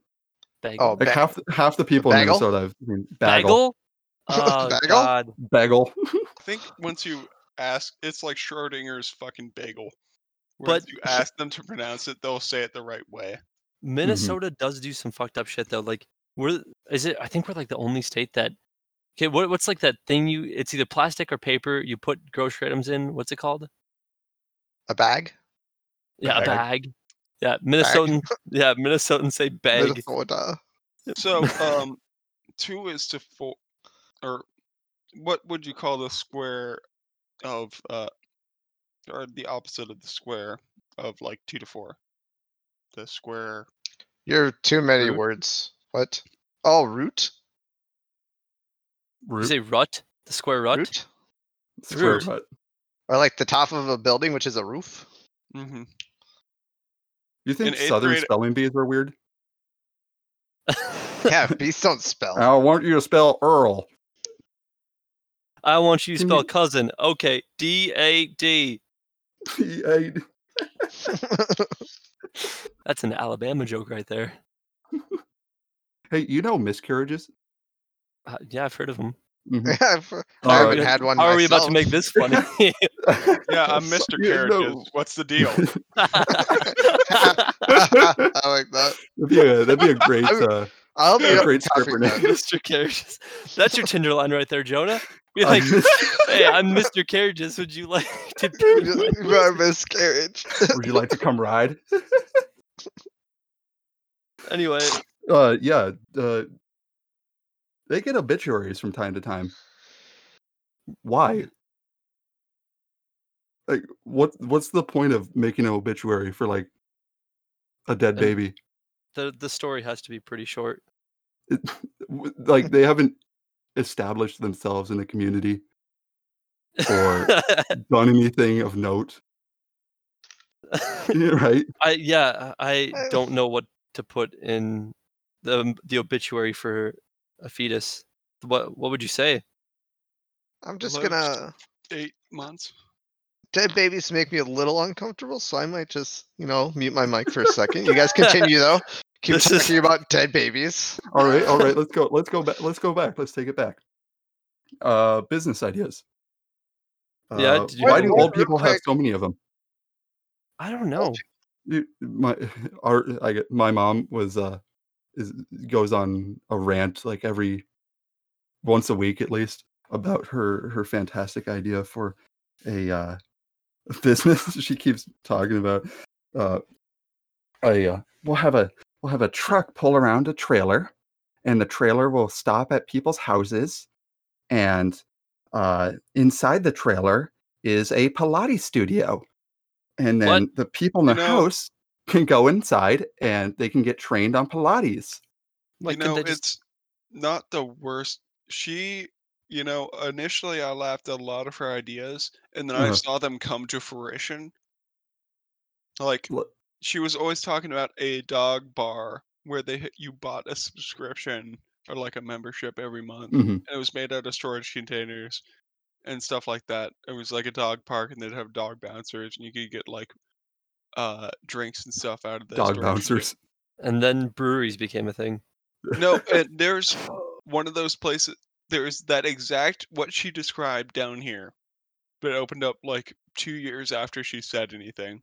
C: Oh,
A: Bagel.
B: Like
C: Ba-
B: half half the people in
C: bagel?
B: Minnesota have seen bagel,
A: bagel. Oh
C: Bagel?
A: God.
B: bagel.
D: I think once you ask, it's like Schrodinger's fucking bagel. Where
A: But-
D: if you ask them to pronounce it, they'll say it the right way.
A: Minnesota does do some fucked up shit though. Like we're is it I think we're like the only state that okay, what what's like that thing you it's either plastic or paper you put grocery items in, what's it called?
C: A bag?
A: Yeah, a
B: Bag.
A: bag. Yeah, Minnesotan yeah, Minnesotans say bag.
C: Minnesota.
D: So, um, two is to four, or what would you call the square of, uh, or the opposite of the square of like two to four? The square.
C: You're too many
B: Root?
C: words. What? Oh, root?
A: You
B: Root,
A: say rut, the square rut.
C: Root?
B: square
A: root.
B: butt.
C: Or like the top of a building, which is a roof?
D: Mm-hmm.
B: You think
D: eighth
B: Southern
D: grade-
B: spelling bees are weird?
C: Yeah, bees don't spell.
A: Oh.
B: I want you to spell Earl.
A: I want you to
B: Can
A: spell
B: you-
A: cousin. Okay. D A D.
B: P.A.D..
A: That's an Alabama joke right there.
B: Hey, you know miscarriages?
A: Uh, yeah, I've heard of them.
B: Mhm.
C: I've- I
B: All
C: haven't
B: right.
C: had one
A: Oh, How are we
C: myself.
A: about to make this funny?
D: Yeah, I'm
B: So-
D: Mr.
B: yeah,
D: Carriages.
B: no.
D: What's the deal?
C: I like that.
B: That'd be a, that'd be a great.
C: I mean,
B: uh,
C: I'll be
B: You're a
C: up
B: great
C: copying
B: stripper now.
C: that.
A: Mr. Carriages. That's your Tinder line right there, Jonah. Be
B: I'm
A: like,
B: Mr.
A: hey, I'm Mr. Carriages. Would you like to be
C: You
A: uh,
C: are a miscarriage.
B: Would you like to come ride?
A: Anyway,
B: Uh, yeah. Uh, they get obituaries from time to time. Why? Like, what? What's the point of making an obituary for like a dead
A: Um,
B: baby?
A: the, the story has to be pretty short.
B: It- w- like, they haven't established themselves in the community or done anything of note, Yeah, right?
A: I yeah, I I don't know what to put in the um, the obituary for a fetus. What what would you say?
C: I'm just
D: Loads.
C: gonna.
D: Eight months.
C: Dead babies make me a little uncomfortable, so I might just, you know, mute my mic for a second. You guys continue though. Keep
A: This
C: talking
A: is-
C: about dead babies.
B: all right all right let's go let's go back let's go back let's take it back uh business ideas
A: Yeah,
B: Uh,
A: did you
B: why
A: have
B: do
A: one
B: old
C: real
B: people have
C: quick?
B: so many of them
A: I don't know.
B: You- my our i get my mom was uh is, goes on a rant like every once a week at least about her her fantastic idea for a uh business she keeps talking about uh a uh, we'll have a we'll have a truck pull around a trailer, and the trailer will stop at people's houses, and uh, inside the trailer is a Pilates studio, and then the people in the
D: You know-
B: house can go inside and they can get trained on Pilates.
A: Like,
D: you
A: can
D: know,
A: they just,
D: it's not the worst. She, you know, initially I laughed at a lot of her ideas, and then I
B: Uh-huh.
D: saw them come to fruition. Like
B: What-
D: she was always talking about a dog bar where they h- you bought a subscription or like a membership every month,
B: hmm
D: and it was made out of storage containers and stuff like that. It was like a dog park, and they'd have dog bouncers, and you could get like uh drinks and stuff out of the
B: Dog
D: storage container.
B: bouncers.
A: and then breweries became a thing.
D: No, and there's one of those places. There's that exact what she described down here, but it opened up like two years after she said anything,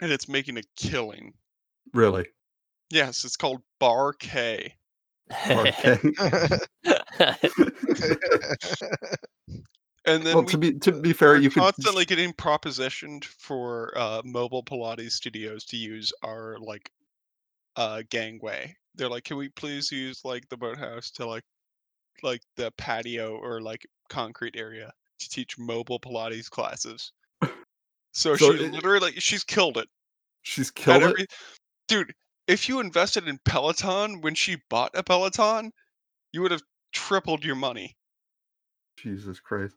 D: and it's making a killing.
B: Really?
D: Yes, it's called Bar K.
B: Okay.
D: And then
B: well,
D: we
B: to be to be fair,
D: are
B: you could
D: constantly getting propositioned for uh, mobile Pilates studios to use our like uh, gangway. They're like, can we please use like the boathouse to like like the patio or like concrete area to teach mobile Pilates classes? So,
B: So
D: she
B: it-
D: literally she's killed it.
B: she's
D: at
B: killed it.
D: every- Dude, if you invested in Peloton when she bought a Peloton, you would have tripled your money.
B: Jesus Christ.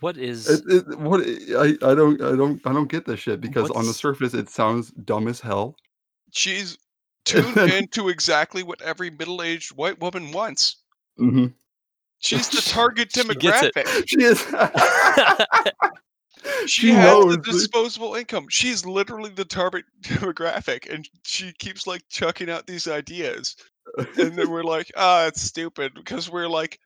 A: what is?
B: It, it, what I, I don't I don't I don't get this shit because on the
A: What's-
B: surface it sounds dumb as hell.
D: She's tuned into exactly what every middle-aged white woman wants.
B: Mm-hmm.
D: She's the target
A: She gets it.
D: demographic.
B: She is.
D: She,
B: She
D: has
B: knows
D: the
B: that-
D: disposable income. She's literally the target demographic, and she keeps like chucking out these ideas, and then we're like, ah, it's stupid because we're like.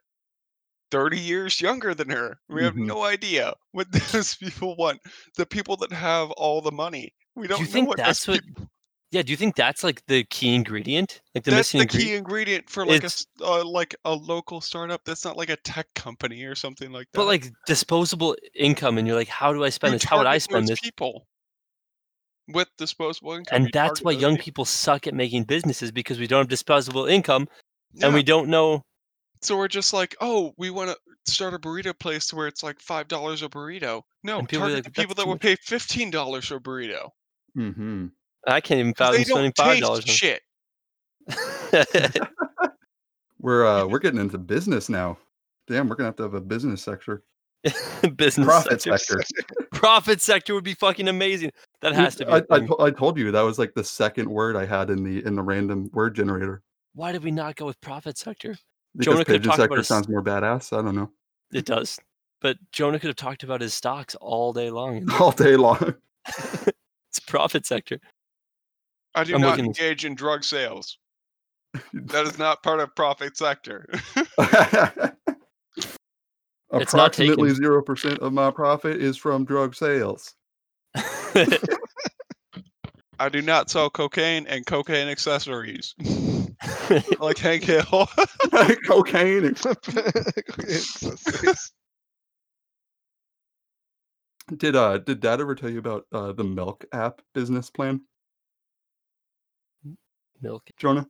D: 30 years younger than her. We have
A: Mm-hmm.
B: Mhm.
D: no idea what those people want. The people that have all the money. We don't
A: do you
D: know
A: think
D: what those
A: that's what?
D: peop-
A: Yeah, do you think that's like the key ingredient? Like the
D: that's
A: missing
D: the
A: ingredient?
D: key ingredient for like a
A: It's-
D: s- uh, like a local startup. That's not like a tech company or something like that.
A: But like disposable income, and you're like, how do I
D: You
A: spend this? How would I
D: target
A: spend
D: those
A: this?
D: People with disposable income,
A: And
D: you
A: that's
D: target
A: why
D: those
A: young people suck at making businesses because we don't have disposable income
D: Yeah.
A: and we don't know.
D: so we're just like, oh, we want to start a burrito place where it's like five dollars a burrito. No,
A: And people are
D: target
A: like,
D: the
A: "That's
D: people that
A: too
D: will
A: much."
D: pay fifteen dollars for a burrito.
B: mm-hmm.
A: I can't even
D: 'cause
A: fathom
D: They
A: spending
D: don't
A: five
D: taste
A: dollars.
D: shit.
B: We're uh, we're getting into business now. Damn, we're gonna have to have a business sector,
A: Business
B: profit
A: sector.
B: sector.
A: Profit sector would be fucking amazing. That
B: You-
A: has to be. a
B: I, I,
A: thing.
B: to- I told you that was like the second word I had in the in the random word generator.
A: why did we not go with profit sector?
B: Because
A: Jonah could
B: pigeon
A: talk about
B: sector
A: his-
B: sounds more badass. I don't know.
A: It does. But Jonah could have talked about his stocks all day long. and
B: All day long.
A: It's profit sector.
D: I do
A: I'm
D: not
A: looking-
D: engage in drug sales. That is not part of profit sector.
A: It's not
B: Approximately
A: taken.
B: zero percent of my profit is from drug sales.
D: I do not sell cocaine and cocaine accessories. like Hank Hill.
B: Cocaine. and-
C: Accessories.
B: Did uh did Dad ever tell you about uh the milk app business plan,
A: Milk.
B: Jonah?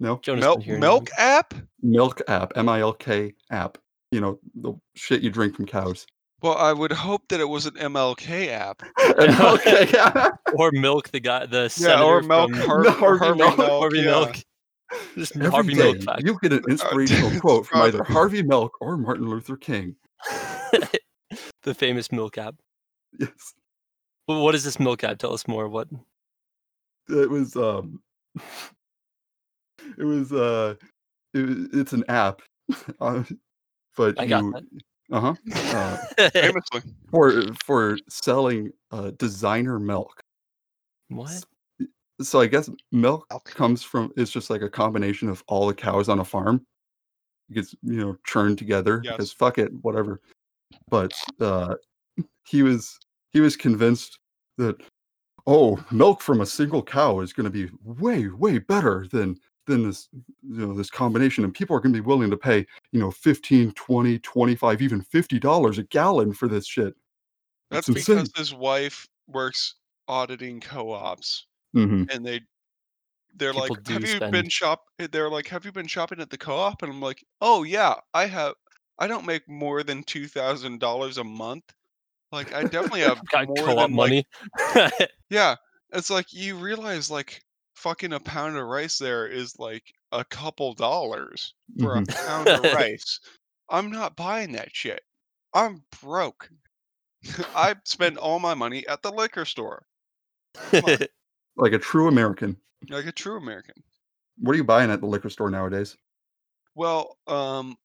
B: No,
A: Jonah's
D: milk
A: been here.
D: milk app?
B: milk app, M I L K app. You know the shit you drink from cows.
D: Well, I would hope that it was an MLK app.
B: MLK app.
A: or milk the guy the senator
D: Yeah, or milk
A: from
D: Har-
B: No,
D: Harvey,
B: Harvey
D: Milk.
B: Milk.
A: Harvey Milk.
D: yeah.
A: Just
B: Every
A: Harvey
B: day,
A: Milk fact.
B: you get an inspirational
D: it's
B: quote from either
D: probably-
B: Harvey Milk or Martin Luther King.
A: the famous milk app.
B: Yes.
A: But what is this milk app? Tell us more. What
B: it was um it was uh it, was- it's an app uh, but
A: I got
B: you uh-huh
D: Famously.
B: for for selling uh designer milk
A: what?
B: so i guess milk
C: Milk.
B: comes from it's just like a combination of all the cows on a farm it gets you know churned together
D: Yes.
B: because fuck it whatever but uh he was he was convinced that oh milk from a single cow is going to be way way better than than this you know this combination and people are going to be willing to pay you know 15 20 25 even 50 dollars a gallon for this shit
D: That's
B: insane.
D: because his wife works auditing co-ops,
B: Mm-hmm.
D: and they they're
A: People
D: like,
A: do
D: "Have you been
A: spend-
D: shop?" They're like, "Have you been shopping at the co-op?" And I'm like, "Oh yeah, I have. I don't make more than two thousand dollars a month. Like, I definitely have
A: Got
D: more
A: co-op
D: than, like,
A: money.
D: yeah, it's like you realize like fucking a pound of rice there is like a couple dollars for
B: mm-hmm.
D: a pound of rice. I'm not buying that shit. I'm broke. I spend all my money at the liquor store
B: Like a true American.
D: like a true American.
B: What are you buying at the liquor store nowadays?
D: Well, um,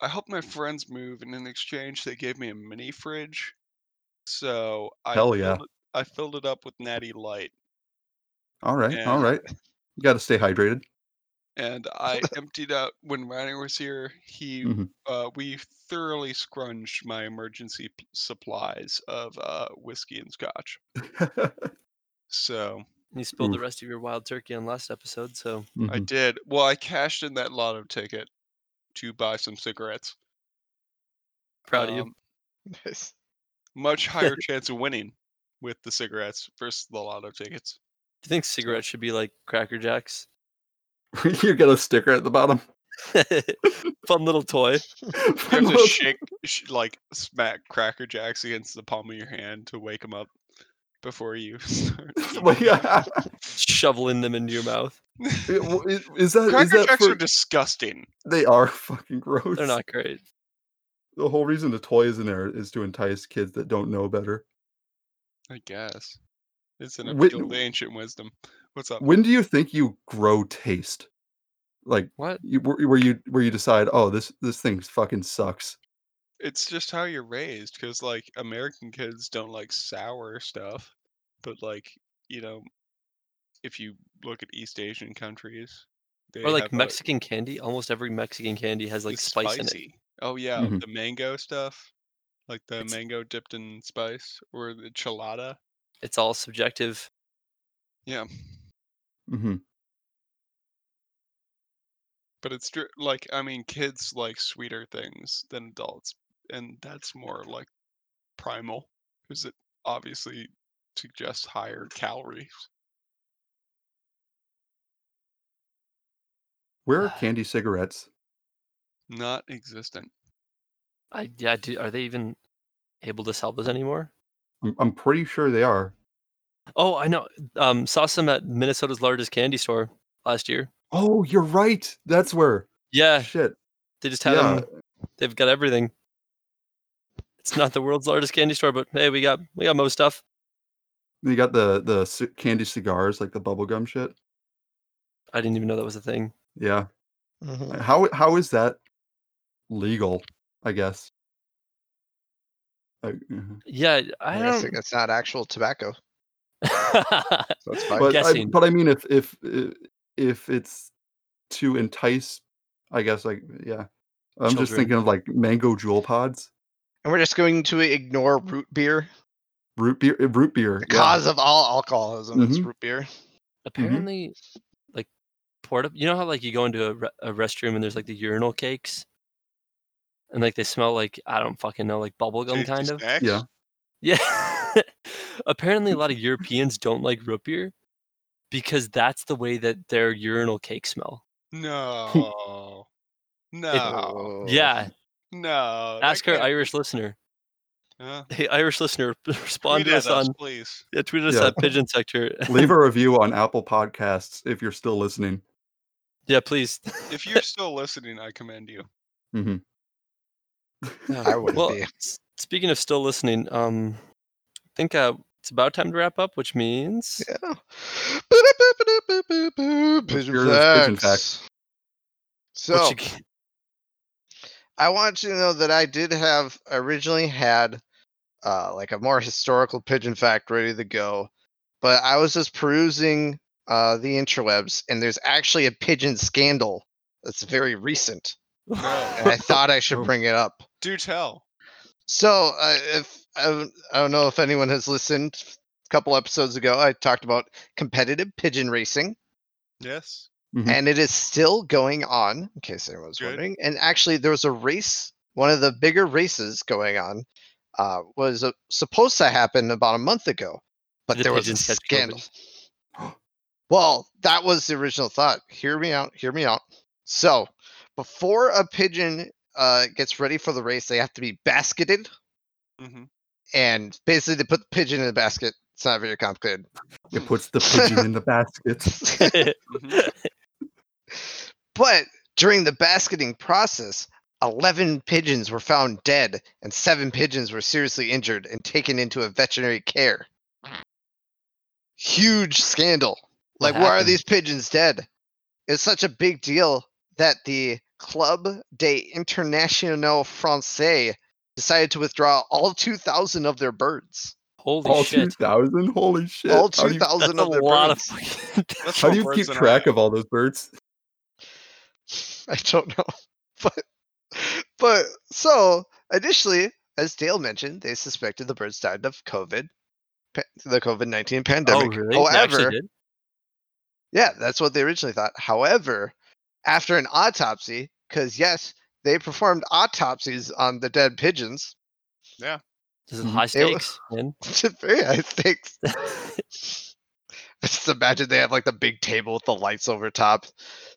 D: I helped my friends move, and in exchange, they gave me a mini fridge. So I
B: Hell
D: filled
B: yeah.
D: it- I filled it up with Natty Light,
B: All right, all
D: Yeah.
B: right. You got to stay hydrated.
D: and I emptied out when Reiner was here. He,
B: Mhm.
D: uh, we thoroughly scrunched my emergency p- supplies of uh, whiskey and scotch. So
A: you spilled the
B: Oof.
A: rest of your wild turkey on last episode, so
D: I
B: Mhm.
D: did. Well, I cashed in that lotto ticket to buy some cigarettes.
A: proud of you.
D: Um, Much higher chance of winning with the cigarettes versus the lotto tickets.
A: Do you think cigarettes should be like Cracker Jacks?
B: you got a sticker at the bottom.
A: Fun little toy.
D: You have to shake, sh- like smack Cracker Jacks against the palm of your hand to wake them up before you start.
B: Well, yeah.
A: Shoveling them into your mouth.
B: It- well, is- is that, is
D: Cracker
B: that
D: Jacks
B: for,
D: are disgusting.
B: they are fucking gross.
A: They're not great.
B: The whole reason the toy is in there is to entice kids that don't know better.
D: I guess it's an
B: Wit-
D: appeal to ancient wisdom. What's up?
B: When do you think you grow taste? Like
A: What?
B: you, where where you where you decide, oh, this this thing fucking sucks.
D: it's just how you're raised because like american kids don't like sour stuff but like you know if you look at east asian countries they
A: Or like
D: have a-
A: Mexican candy. Almost every Mexican candy has like
D: it's
A: spice in it. Mm-hmm.
D: spicy. oh yeah
B: Mhm.
D: the mango stuff like the
A: It's-
D: mango dipped in spice or the chilada
A: It's all subjective.
D: yeah
B: hmm
D: but it's dr- like i mean kids like sweeter things than adults and that's more like primal because it obviously suggests higher calories
B: Where are candy cigarettes?
D: not existent
A: I yeah. Do, are they even able to sell those anymore?
B: I'm, I'm pretty sure they are.
A: Oh, I know. Um, saw some at Minnesota's largest candy store last year.
B: Oh, you're right. That's where.
A: Yeah,
B: Shit.
A: they just have
B: Yeah.
A: them. They've got everything. It's not the world's largest candy store, but hey, we got we got most stuff.
B: You got the the ci- candy cigars, like the bubblegum shit.
A: I didn't even know that was a thing.
B: Yeah.
C: Mhm.
B: How how is that legal? I guess. Like, mhm.
A: Yeah, I
C: I'm guessing
A: don't.
C: it's not actual tobacco. So it's fine.
B: but I,
A: guessing.
B: but I mean, if if i- if it's to entice, I guess like yeah, I'm just
A: Children.
B: thinking of like mango jewel pods,
C: and we're just going to ignore root beer.
B: root beer, uh, root beer.
C: The
B: yeah.
C: cause of all alcoholism is
B: Mhm.
C: root beer.
D: Mm-hmm.
A: Apparently, like porta. You know how like you go into a, re- a restroom and there's like the urinal cakes, and like they smell like I don't fucking know, like bubblegum
D: Tasty
A: kind of.
D: snacks?
B: Yeah.
A: Yeah. Apparently, a lot of Europeans don't like root beer because that's the way that their urinal cakes smell.
D: No. no.
C: Oh.
A: Yeah.
D: No. that
A: Ask our
D: can't-
A: Irish listener.
D: Huh?
A: Hey, Irish listener, respond
D: Tweet
A: to us
D: at us,
A: on
D: please.
A: yeah, tweet us
B: Yeah.
A: at Pigeon Sector.
B: Leave a review on Apple Podcasts if you're still listening.
A: yeah, please.
D: If you're still listening, I commend you.
B: hmm
C: I wouldn't
A: well,
C: be.
A: s- speaking of still listening, um, I think uh, it's about time to wrap up, which means
C: Yeah. Boop-a-boop-a-doop-boop-boop-boop. Pigeon
B: hear this pigeon
C: facts. So
A: what you g-
C: I want you to know that I did have originally had uh, like a more historical pigeon fact ready to go, but I was just perusing uh, the interwebs, and there's actually a pigeon scandal that's very recent, and I thought I should
B: Oh.
C: bring it up.
D: Do tell.
C: So, uh, if I don't, I don't know if anyone has listened, a couple episodes ago I talked about competitive pigeon racing,
D: Yes.
A: Mm-hmm.
B: Mhm.
C: and it is still going on. In case anyone was
D: Good.
C: wondering, and actually there was a race, one of the bigger races going on, uh, was uh, supposed to happen about a month ago, but
A: The
C: there was a
A: pigeons catch
C: scandal. well, that was the original thought. Hear me out. Hear me out. So, before a pigeon uh, gets ready for the race, they have to be basketed,
D: Mhm.
C: and basically they put the pigeon in a basket. It's not very complicated.
B: It puts the pigeon in the basket.
A: Mm-hmm.
D: Mhm.
C: but during the basketing process, 11 pigeons were found dead, and seven pigeons were seriously injured and taken into a veterinary care. Huge scandal.
A: What
C: Like, why are
A: happened?
C: these pigeons dead? It's such a big deal that the Club des Internationaux Français decided to withdraw all 2,000 of their birds.
A: Holy
B: All two
A: shit.
B: thousand. Holy shit!
C: all
B: How do you,
C: 2,000
A: That's a
C: of their
A: lot
C: birds.
A: of fucking.
D: That's
B: how
D: more
B: do you
D: birds
B: keep
D: than I
B: track
D: have.
B: of all those birds?
C: I don't know. But but so initially, as Dale mentioned, they suspected the birds died of COVID, pa- the COVID nineteen
A: oh,
C: pandemic.
A: really? They actually
C: However,
A: did?
C: yeah, that's what they originally thought. However, after an autopsy, because yes, they performed autopsies on the dead pigeons.
A: This is
B: Mhm.
A: high
C: Mm-hmm. It wa-
A: stakes, man.
C: Very high stakes. Just imagine they have like the big table with the lights over top,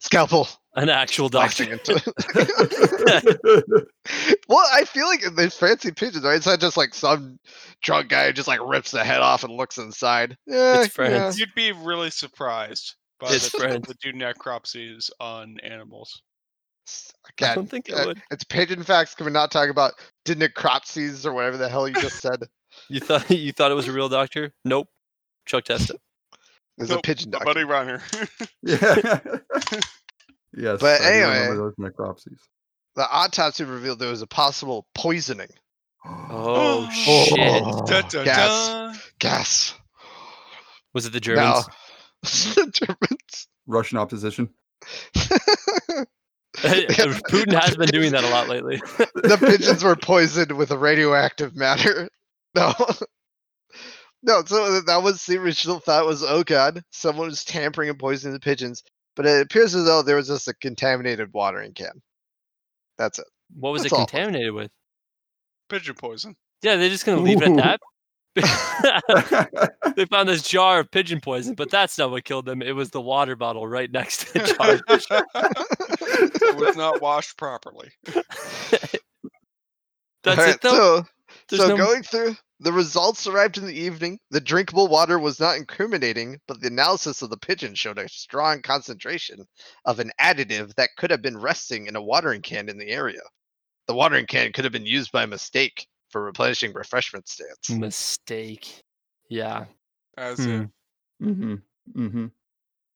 C: scalpel
A: An actual
C: flashing
A: doctor.
C: into. Well, I feel like in these fancy pigeons, right? It's not just like some drunk guy who just like rips the head off and looks inside. Eh, Yeah,
A: It's friends.
D: You'd be really surprised by
A: It's
D: the
A: friends.
D: people that do necropsies on animals.
A: I
C: God,
A: don't think
C: uh,
A: it would.
C: it's pigeon facts. Can we not talk about necropsies or whatever the hell you just said?
A: You thought you thought it was a real doctor? Nope. Chuck Testa.
C: There's a
D: Nope,
C: pigeon
D: A
C: doctor.
D: buddy runner.
B: yeah. yes.
C: But
B: I do remember
C: anyway.
B: those necropsies.
C: The autopsy revealed there was a possible poisoning.
A: Oh
D: Oh.
A: shit.
D: Dun, dun,
C: gas.
D: dun.
C: Gas.
A: Was it the
C: No.
A: Germans?
C: The Germans.
B: Russian opposition.
A: Putin has been doing that a lot lately.
C: the pigeons were poisoned with a radioactive matter. No. No, so th- that was the original thought was, oh god, someone was tampering and poisoning the pigeons. But it appears as though there was just a contaminated watering can. That's it.
A: What was
C: That's
A: it
C: awful.
A: contaminated with?
D: Pigeon poison.
A: Yeah, they're just gonna leave it at that.
B: That's
A: they found this jar of pigeon poison, but that's not what killed them. It was the water bottle right next to the jar. of pigeon-
D: it was not washed properly.
A: That's
C: Alright,
A: it though.
C: So,
A: There's
C: so
A: no-
C: going through the results arrived in the evening. The drinkable water was not incriminating, but the analysis of the pigeon showed a strong concentration of an additive that could have been resting in a watering can in the area. The watering can could have been used by mistake for replenishing refreshment stands.
A: Mm. mistake. Yeah.
D: As
A: Hmm.
D: in,
B: hmm hmm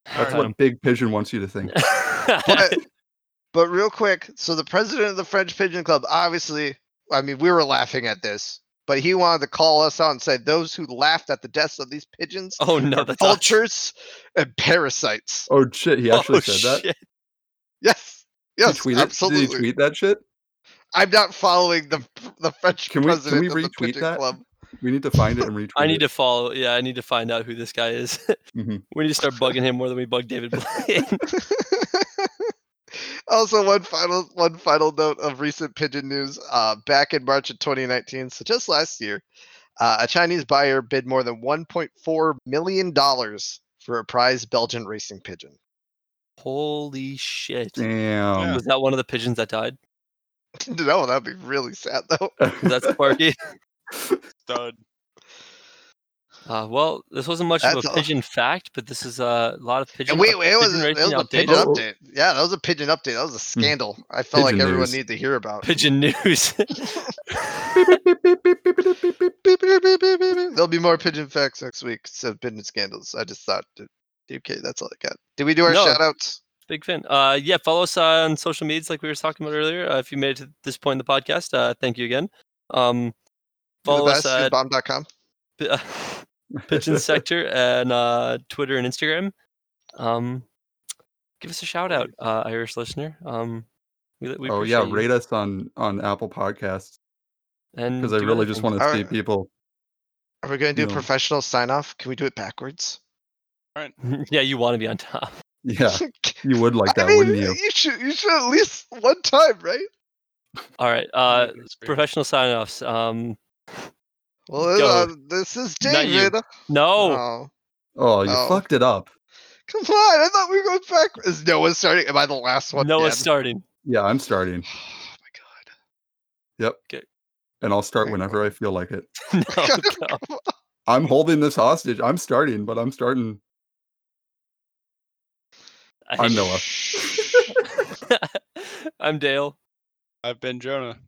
B: That's
A: Alright.
B: what Big Pigeon wants you to think.
C: but, but real quick, so the president of the French Pigeon Club, obviously, I mean, we were laughing at this, but he wanted to call us out and say those who laughed at the deaths of these pigeons
A: oh no,
C: are
A: that's us.
C: vultures and parasites.
B: Oh shit! He actually
A: Oh,
B: said that.
A: shit.
C: Yes,
B: He
C: yes,
B: tweeted-
C: absolutely.
B: Did he tweet that shit?
C: I'm not following the the French
B: Can we- can
C: president
B: we
C: of the
B: retweet
C: Pigeon
B: that?
C: Club.
B: We need to find it and retweet.
A: I need to follow. Yeah, I need to find out who this guy is.
B: Mhm.
A: We need to start bugging him more than we bug David Blaine.
C: also, one final one final note of recent pigeon news. Uh, back in March of 2019, so just last year, uh, a Chinese buyer bid more than 1.4 million dollars for a prized Belgian racing pigeon.
A: Holy shit!
B: Damn.
A: Was that one of the pigeons that died?
C: no, that'd be really sad though.
A: That's quirky.
D: stud.
A: Uh, well, this wasn't much of
C: That's
A: a
C: all.
A: pigeon fact, but this is uh, a lot of pigeon.
C: And wait, wait, it was,
A: pigeon
C: it
A: racing
C: was a
A: update.
C: pigeon
B: Oh. Hmm.
C: update. Yeah, that was a pigeon update. That was a scandal. I felt like
B: Pigeon
C: everyone
B: news.
C: needed to hear about.
A: pigeon news.
C: Beep, beep, beep, beep, beep, beep. There'll be more pigeon facts next week. So pigeon scandals. I just thought. that- Okay, that's all I got. Did we do our
A: No.
C: shout outs?
A: Big fan. Uh, yeah, follow us on social medias like we were talking about earlier. Uh, if you made it to this point in the podcast, uh, thank you again. Um, follow us at
C: bomb.com.
A: pi- Pigeon Sector and uh, Twitter and Instagram. Um, give us a shout out, uh, Irish listener. Um, we, we
B: oh yeah,
A: appreciate you.
B: rate us on on Apple Podcasts
A: and
B: because I
A: do
B: really
A: other
B: just
A: things.
B: want to see
C: Alright.
B: people.
C: Are we going to do
B: No.
C: a professional sign off? Can we do it backwards?
A: yeah, you want to be on top.
B: Yeah, you would like
C: I
B: that,
C: mean,
B: wouldn't you?
C: should, you should at least one time, right?
A: All right. Uh,
D: That's great.
A: professional sign offs. Um,
C: Well,
A: Go.
C: uh, this is
A: Not you.
C: David.
A: No.
C: Oh,
B: Oh, you
C: Oh.
B: fucked it up.
C: come on! I thought we were going back. Is Noah starting? Am I the last one?
A: Noah's
C: again?
A: starting.
B: Yeah, I'm starting,
C: Oh my
B: and I'll start
C: Okay.
B: whenever I feel like it.
A: No,
C: Oh, God.
A: no.
C: Come on.
B: I'm holding this hostage. I'm starting, but I'm starting.
A: I
B: I'm
A: hate
B: Noah.
A: you. I'm Dale.
D: I've been Jonah.